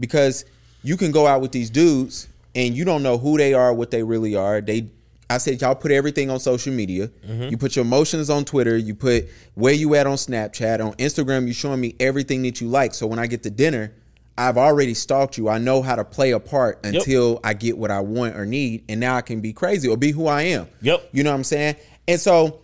because you can go out with these dudes and you don't know who they are, what they really are. They, I said, y'all put everything on social media. You put your emotions on Twitter. You put where you at on Snapchat, on Instagram. You showing me everything that you like. So when I get to dinner, I've already stalked you. I know how to play a part until I get what I want or need, and now I can be crazy or be who I am.
Yep.
You know what I'm saying? And so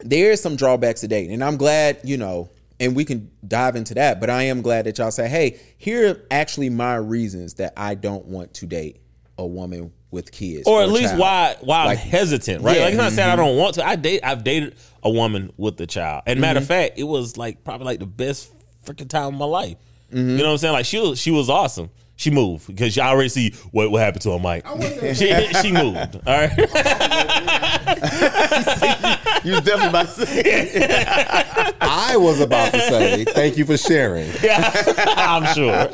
there is some drawbacks to dating, and I'm glad you know, and we can dive into that. But I am glad that y'all say, hey, here are actually my reasons that I don't want to date a woman with kids,
Or
a
at least
child.
why why
Like-
I'm hesitant, right?
Yeah. mm-hmm.
Like it's not saying I don't want to. I date I've dated a woman with a child. And matter
Mm-hmm.
of fact, it was like probably like the best freaking time of my life.
Mm-hmm.
You know what I'm saying? Like she was she was awesome. She moved because I already see what what happened to her mic. She, she moved. All right.
You was definitely about to say
I was about to say, thank you for sharing.
I'm sure.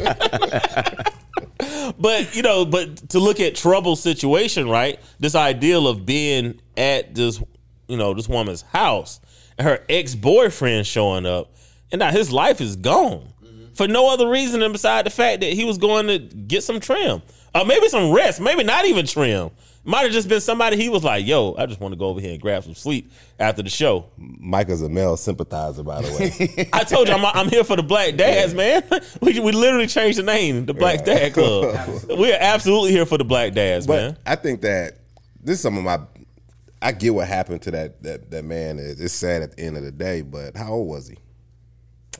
but you know, but to look at trouble situation, right? This ideal of being at this, you know, this woman's house and her ex boyfriend showing up, and now his life is gone for no other reason than beside the fact that he was going to get some trim, uh, maybe some rest, maybe not even trim. Might have just been somebody he was like, "Yo, I just want to go over here and grab some sleep after the show."
Micah's a male sympathizer, by the way.
I told you I'm, I'm here for the black dads, man. We, we literally changed the name, the Black Dad Club. we are absolutely here for the black dads,
But
man.
I think that this is some of my. I get what happened to that that that man. It- It's sad at the end of the day, but how old was he?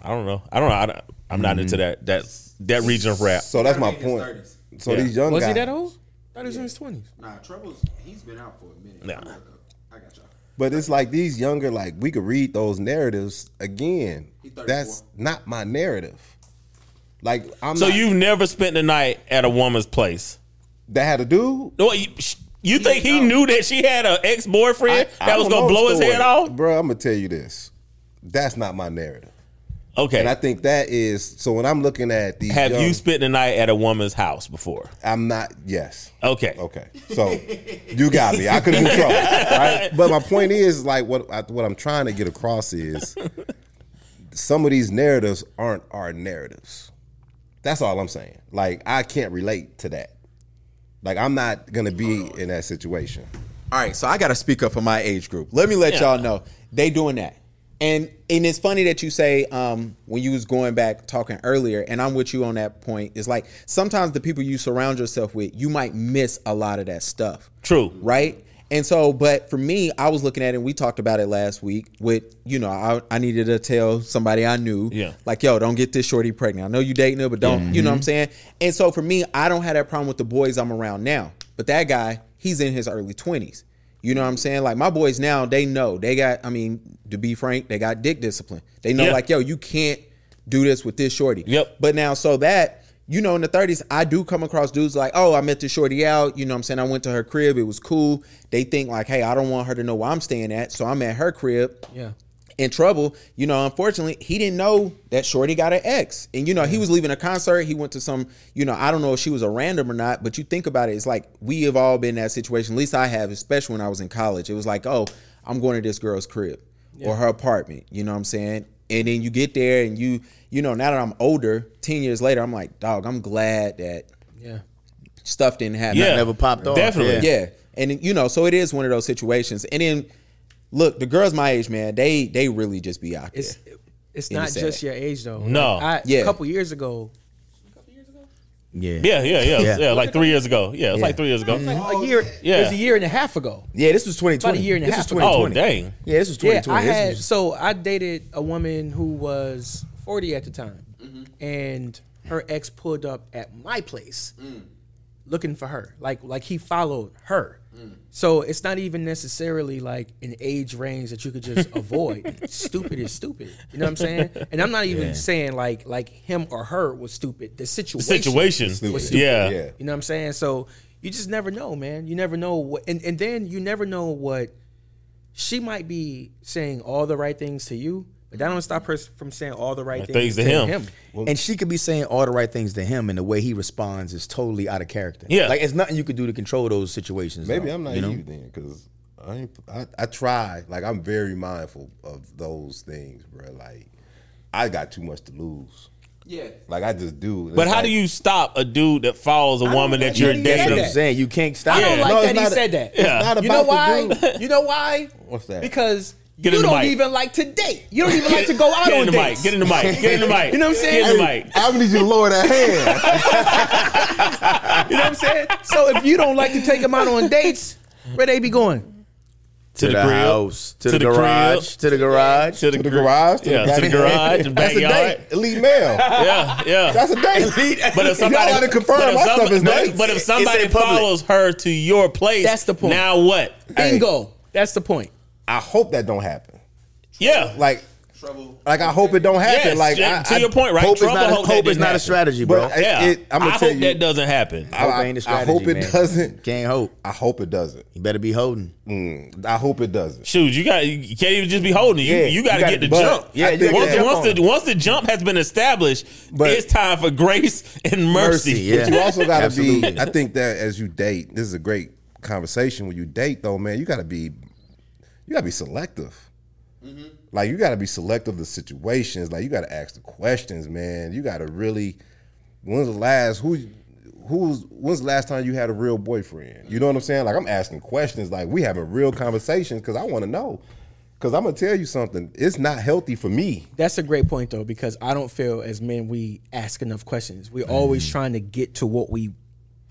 I don't know. I don't know. I don't, I'm not into that that that region of rap.
So that's my
Gotta be in his
point.
30s.
So
Yeah.
these young
Was
guys.
he that old? Thought he was in his twenties.
Nah, Trouble's, he's been out for a minute.
Nah.
I'm like, uh, I got y'all.
But it's like these younger, like we could read those narratives again.
He 34.
That's not my narrative. Like I'm.
So
not-
you've never spent the night at a woman's place?
that had a dude.
No, you, sh- You think he knew that she had an ex boyfriend
I
that was gonna
don't know
blow his
the
head
story.
off?
Bro, I'm gonna tell you this. That's not my narrative.
Okay.
And I think that is so when I'm looking at these
Have
young-
you spent the night at a woman's house before?
I'm not yes.
Okay.
Okay, so you got me. I could have been trouble, right? But my point is, like, what I, what I'm trying to get across is, some of these narratives aren't our narratives. That's all I'm saying. Like, I can't relate to that. Like, I'm not gonna be in that situation.
All right, so I got to speak up for my age group. Let me let
Yeah.
y'all know they doing that, and and it's funny that you say um, when you was going back talking earlier, and I'm with you on that point. It's like sometimes the people you surround yourself with, you might miss a lot of that stuff.
True.
Right. And so, but for me, I was looking at it. and We talked about it last week. With you know, I, I needed to tell somebody I knew.
Yeah.
Like, yo, don't get this shorty pregnant. I know you dating her, but don't. You know
Mm-hmm.
what I'm saying? And so for me, I don't have that problem with the boys I'm around now. But that guy, he's in his early 20s. You know what I'm saying? Like my boys now, they know they got. I mean, to be frank, they got dick discipline. They know
Yeah.
like, yo, you can't do this with this shorty.
Yep.
But now, so that you know, in the 30s, I do come across dudes like, oh, I met this shorty out. You know, what I'm saying I went to her crib. It was cool. They think like, hey, I don't want her to know where I'm staying at, so I'm at her crib.
Yeah.
In trouble, you know. Unfortunately, he didn't know that Shorty got an ex, and you know he was leaving a concert. He went to some, you know, I don't know if she was a random or not, but you think about it, it's like we have all been in that situation. At least I have, especially when I was in college. It was like, oh, I'm going to this girl's crib or her apartment. You know what I'm saying? And then you get there and you, you know, now that I'm older, 10 years later, I'm like, dog, I'm glad that
Yeah.
stuff didn't happen.
Yeah.
Never popped off.
Definitely.
Yeah.
Yeah. And then, you know, so it is one of those situations. And then look, the girls my age, man, they they really just be out there.
It's it's not
is
just
sad.
your age though.
No.
Like, I,
Yeah.
A couple years ago,
Yeah.
Yeah, yeah, yeah, yeah.
Yeah.
like three years ago. Yeah, it's like three years ago.
Mm-hmm.
a year.
Yeah.
It was a year and a half ago.
Yeah, this was 2020.
About a year and a
this
half
was
ago.
Oh
2020.
dang.
Yeah, this was
Yeah,
2020.
I
This
had
was-
so I dated a woman who was 40 at the time, and her ex pulled up at my place looking for her. Like like he followed her. So it's not even necessarily like an age range that you could just avoid. stupid is stupid. You know what I'm saying? And I'm not even saying like like him or her was stupid. The
The
situation.
situation.
Stupid.
Yeah.
yeah.
You know what I'm saying? So you just never know, man. You never know what, and, and then you never know what she might be saying all the right things to you, but that don't stop her from saying all the right
Right
things, to him.
and she could be saying all the right things to him, and the way he responds is totally out of character.
Yeah.
like it's nothing you could do to control those situations.
Maybe
though,
I'm not you,
you know?
then, because I, ain't, I I try. Like I'm very mindful of those things, bro. Like I got too much to lose.
Yeah.
Like I just do.
But
It's
how
like-
do you stop a dude that follows a woman
like
that you're
that he said
That's what
dating?
I'm saying. You can't stop.
I don't
it.
like
No, it's
that he
not a-
said that.
it's not
you know
about the
why? You know why?
What's that?
Because
Get in
you
the
don't
mic.
even like to date. You don't even like to go out
Get
on
in the mic.
dates.
Get in the mic. Get in the mic.
You know what I'm
Get in the
Hey,
mic.
I need you to lower that hand.
You know what I'm saying? So if you don't like to take him out on dates, where they be going?
To the crib.
house, to,
To
the,
the crib.
garage, to the garage.
To the, gr-
the garage, to the
yeah, to the
backyard.
garage, the
That's a
backyard.
date. Elite male.
Yeah, yeah.
That's a date.
But if somebody,
y'all ought to confirm
but if
my
some-
stuff is
but-
dates.
but if
It's
somebody
in public.
follows her to your place,
That's the point.
Now what?
Bingo. That's the point.
I hope that don't happen.
Yeah,
Like,
Trouble.
like I hope it don't happen.
Yes,
like,
to-
I,
to
I
your point, right?
Hope it's
Trouble
not.
hope that
hope it's
didn't
not
happen.
a strategy, bro.
But I,
yeah.
it, I'm
I
gonna tell
hope
you.
that doesn't happen.
I,
Hope ain't a
I
strategy,
hope it
man.
doesn't.
Can't hope.
I hope it doesn't.
You better be holding.
Mm, I hope it doesn't.
Shoot, you got you can't even just be holding. it. You
Yeah,
you got to get
you gotta-
the
but-
jump.
yeah, you
once,
gotta get up
once
on
the once the jump has been established,
But-
it's time for grace and mercy.
yeah.
You also gotta
Absolutely.
be. I think that as you date, this is a great conversation. When you date, though, man, you gotta be. You gotta be selective.
Mm-hmm.
Like you gotta be selective to situations. Like you gotta ask the questions, man. You gotta really. When's the last who? Who's when's the last time you had a real boyfriend? You know what I'm saying? Like I'm asking questions. Like we having real conversations because I want to know. Because I'm gonna tell you something. It's not healthy for me.
That's a great point though, because I don't feel as men we ask enough questions. We're
Mm.
always trying to get to what we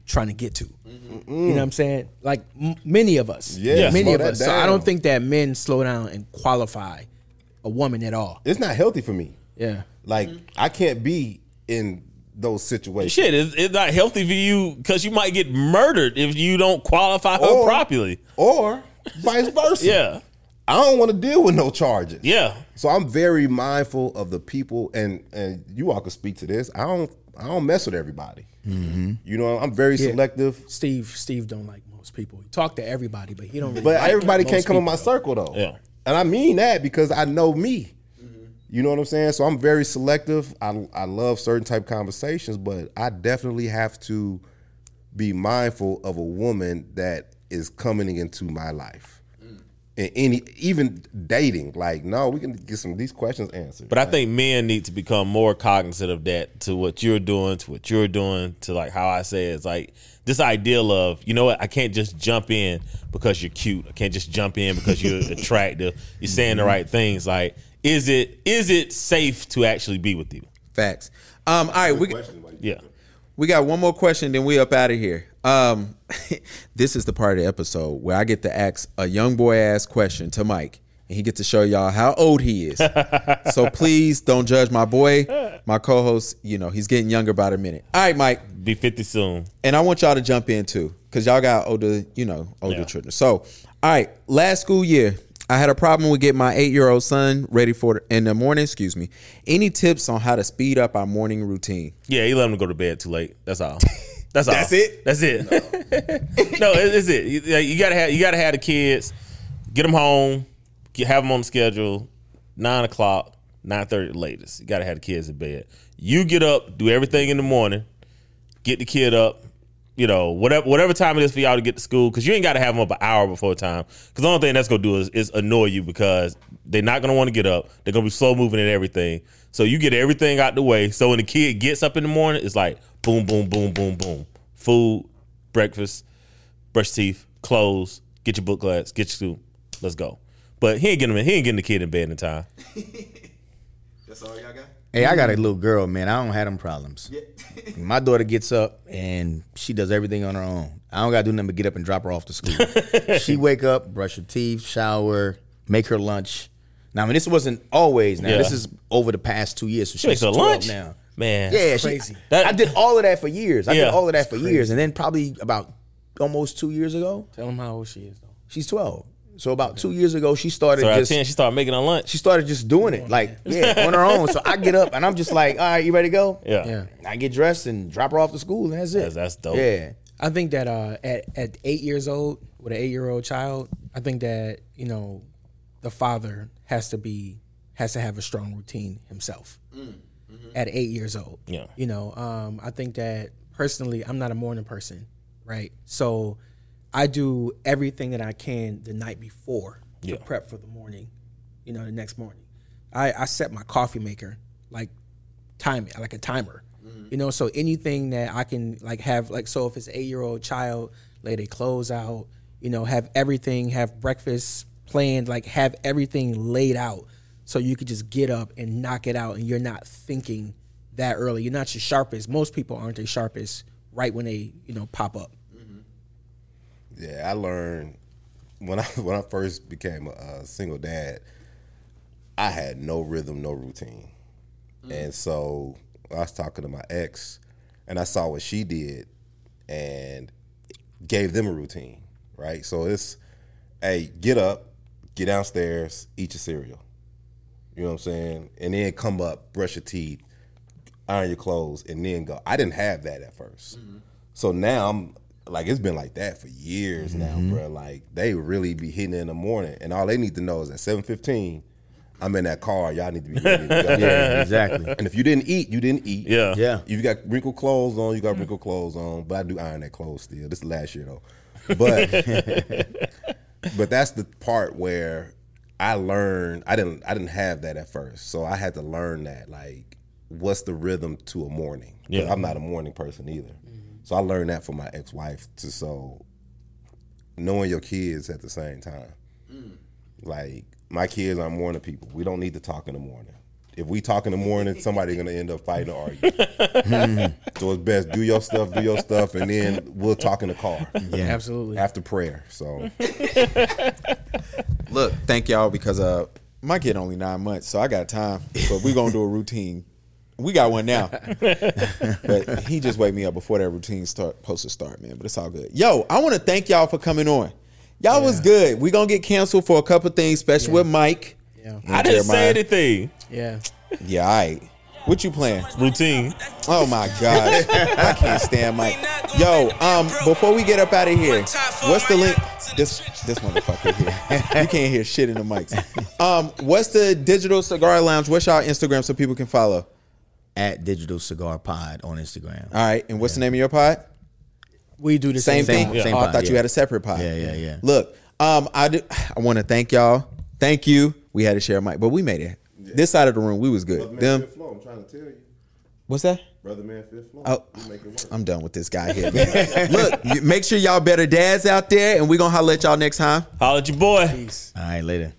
trying to get to.
Mm-hmm.
You know what I'm saying? Like m- many of us,
Yeah,
many
slow
of
that
us. So I
down.
don't think that men slow down and qualify a woman at all.
It's not healthy for me.
Yeah,
Like
Mm-hmm.
I can't be in those situations.
Shit, it's, it's not healthy for you because you might get murdered if you don't qualify her
Or-
properly.
Or vice versa.
Yeah,
I don't want to deal with no charges.
yeah.
So I'm very mindful of the people and and you all can speak to this. I don't I don't mess with everybody. You know, I'm very selective.
Steve, Steve don't like most people. He talk to everybody, but he don't. Really
But
like
everybody
most
can't come in
people.
my circle though.
Yeah. Mm-hmm.
And I mean that because I know me. You know what I'm saying? So I'm very selective. I I love certain type of conversations, but I definitely have to be mindful of a woman that is coming into my life.
Mm.
And any even dating, like, no, we can get some of these questions answered.
But I think men need to become more cognizant of that to what you're doing, to what you're doing, to like how I say it's like this ideal of, you know what, I can't just jump in because you're cute. I can't just jump in because you're attractive. You're saying the right things. Like, is it is it safe to actually be with you?
Facts. Um, all right, we
Yeah.
we got one more question, then we up out of here. Um, this is the part of the episode where I get to ask a young boy ass question to Mike, and he gets to show y'all how old he is. so please don't judge my boy, my co-host. You know he's getting younger by the minute. All right, Mike.
Be fifty soon.
and I want y'all to jump in too, because y'all got older, you know, older
Yeah.
children. So, all right, last school year, I had a problem with getting my eight year old son ready for the, in the morning. Excuse me. Any tips on how to speed up our morning routine?
Yeah, you let them go to bed too late. That's all. That's all. That's it. That's it. No, it- it's it. You, like, you gotta have you gotta have the kids. Get them home. Get, have them on the schedule. Nine o'clock, nine thirty at latest. You gotta have the kids in bed. You get up, do everything in the morning. Get the kid up. You know whatever whatever time it is for y'all to get to school, because you ain't gotta have them up an hour before time. Because the only thing that's gonna do is, is annoy you because they're not gonna want to get up. They're gonna be slow moving and everything. So you get everything out the way. So when the kid gets up in the morning, it's like boom, boom, boom, boom, boom. Food, breakfast, brush teeth, clothes, get your book class, get your soup, let's go. But he ain't getting him, he ain't getting the kid in bed in time.
That's all y'all got?
Hey, I got
Mm.
a little girl, man. I don't have them problems. My daughter gets up and she does everything on her own. I don't gotta do nothing but get up and drop her off to school. she wake up, brush her teeth, shower, make her lunch. Now, I mean, this wasn't always. Now,
Yeah.
this is over the past two years. So
She
she's
makes a
12
lunch
now.
man.
Yeah, she,
crazy.
That-
I did all of that for years. I
Yeah.
did all of that for years, and then probably about almost two years ago,
Tell him how old she is though.
she's twelve. So about two years ago, she started
So at
just
ten, she started making her lunch.
she started just doing it like yeah on her own. So I get up and I'm just like, all right, you ready to go?
Yeah.
Yeah.
I get dressed and drop her off to school, and that's it.
That's- that's dope.
Yeah,
I think that uh, at at eight years old, with an eight year old child, I think that you know, the father has to be has to have a strong routine himself. At eight years old,
Yeah.
you know, um, I think that personally, I'm not a morning person, right? So, I do everything that I can the night before
Yeah.
to prep for the morning, you know, the next morning. I I set my coffee maker like time like a timer you know so anything that i can like have like so if it's an eight year old child lay their clothes out you know have everything have breakfast planned like have everything laid out so you could just get up and knock it out and you're not thinking that early you're not your sharpest most people aren't their sharpest right when they you know pop up
Yeah, I learned when I when I first became a, uh single dad, I had no rhythm, no routine, and so I was talking to my ex, and I saw what she did, and gave them a routine, right? So it's, hey, get up, get downstairs, eat your cereal, you know what I'm saying, and then come up, brush your teeth, iron your clothes, and then go. I didn't have that at 1st so now I'm like it's been like that for years
Mm-hmm.
now, bro. Like they really be hitting in the morning, and all they need to know is at seven fifteen, I'm in that car. Y'all need to be ready. To go.
yeah, exactly.
And if you didn't eat, you didn't eat.
Yeah. Hmm.
Yeah,
If you got wrinkled clothes on, you got wrinkled clothes on. But I do iron that clothes still. This is last year though. But but that's the part where I learned I didn't I didn't have that at first. So I had to learn that like what's the rhythm to a morning. 'Cause
Yeah.
I'm not a morning person either. So I learned that from my ex-wife to so knowing your kids at the same time. Like my kids are morning people. We don't need to talk in the morning. If we talk in the morning, somebody's gonna end up fighting or arguing. So it's best do your stuff, do your stuff, and then we'll talk in the car
yeah absolutely
after prayer. So
Look, thank y'all because uh, my kid only nine months, so I got time. But we gonna do a routine. We got one now, but he just wake me up before that routine start supposed to start, man. But it's all good. Yo, I want to thank y'all for coming on. Y'all was good. We gonna get canceled for a couple things, especially with Mike.
Yeah.
and
I didn't
Jeremiah.
say anything.
yeah
Yeah, all right. What you playing?
Routine.
Oh my god, I can't stand Mike. Yo, um, before we get up out of here, what's the link? This this motherfucker here. you can't hear shit in the mics. Um, what's the digital cigar lounge? What's y'all Instagram so people can follow?
At Digital Cigar Pod on Instagram.
All right, and what's the name of your pod?
We do the
Same, thing.
same,
pod, same
oh, I
pod,
thought you
yeah.
had a separate pod.
Yeah, yeah, yeah.
Look, um, I do, I want to thank y'all. Thank you. We had to share a mic, but we made it. This side of the room, we was good.
Brother man,
Them,
fifth floor. I'm trying to tell you,
what's that?
brother man, fifth floor.
Oh.
you make it work.
I'm done with this guy here. man. Look, y- make sure y'all better dads out there, and we gonna holler at y'all next time.
Holla at your boy.
All right, later.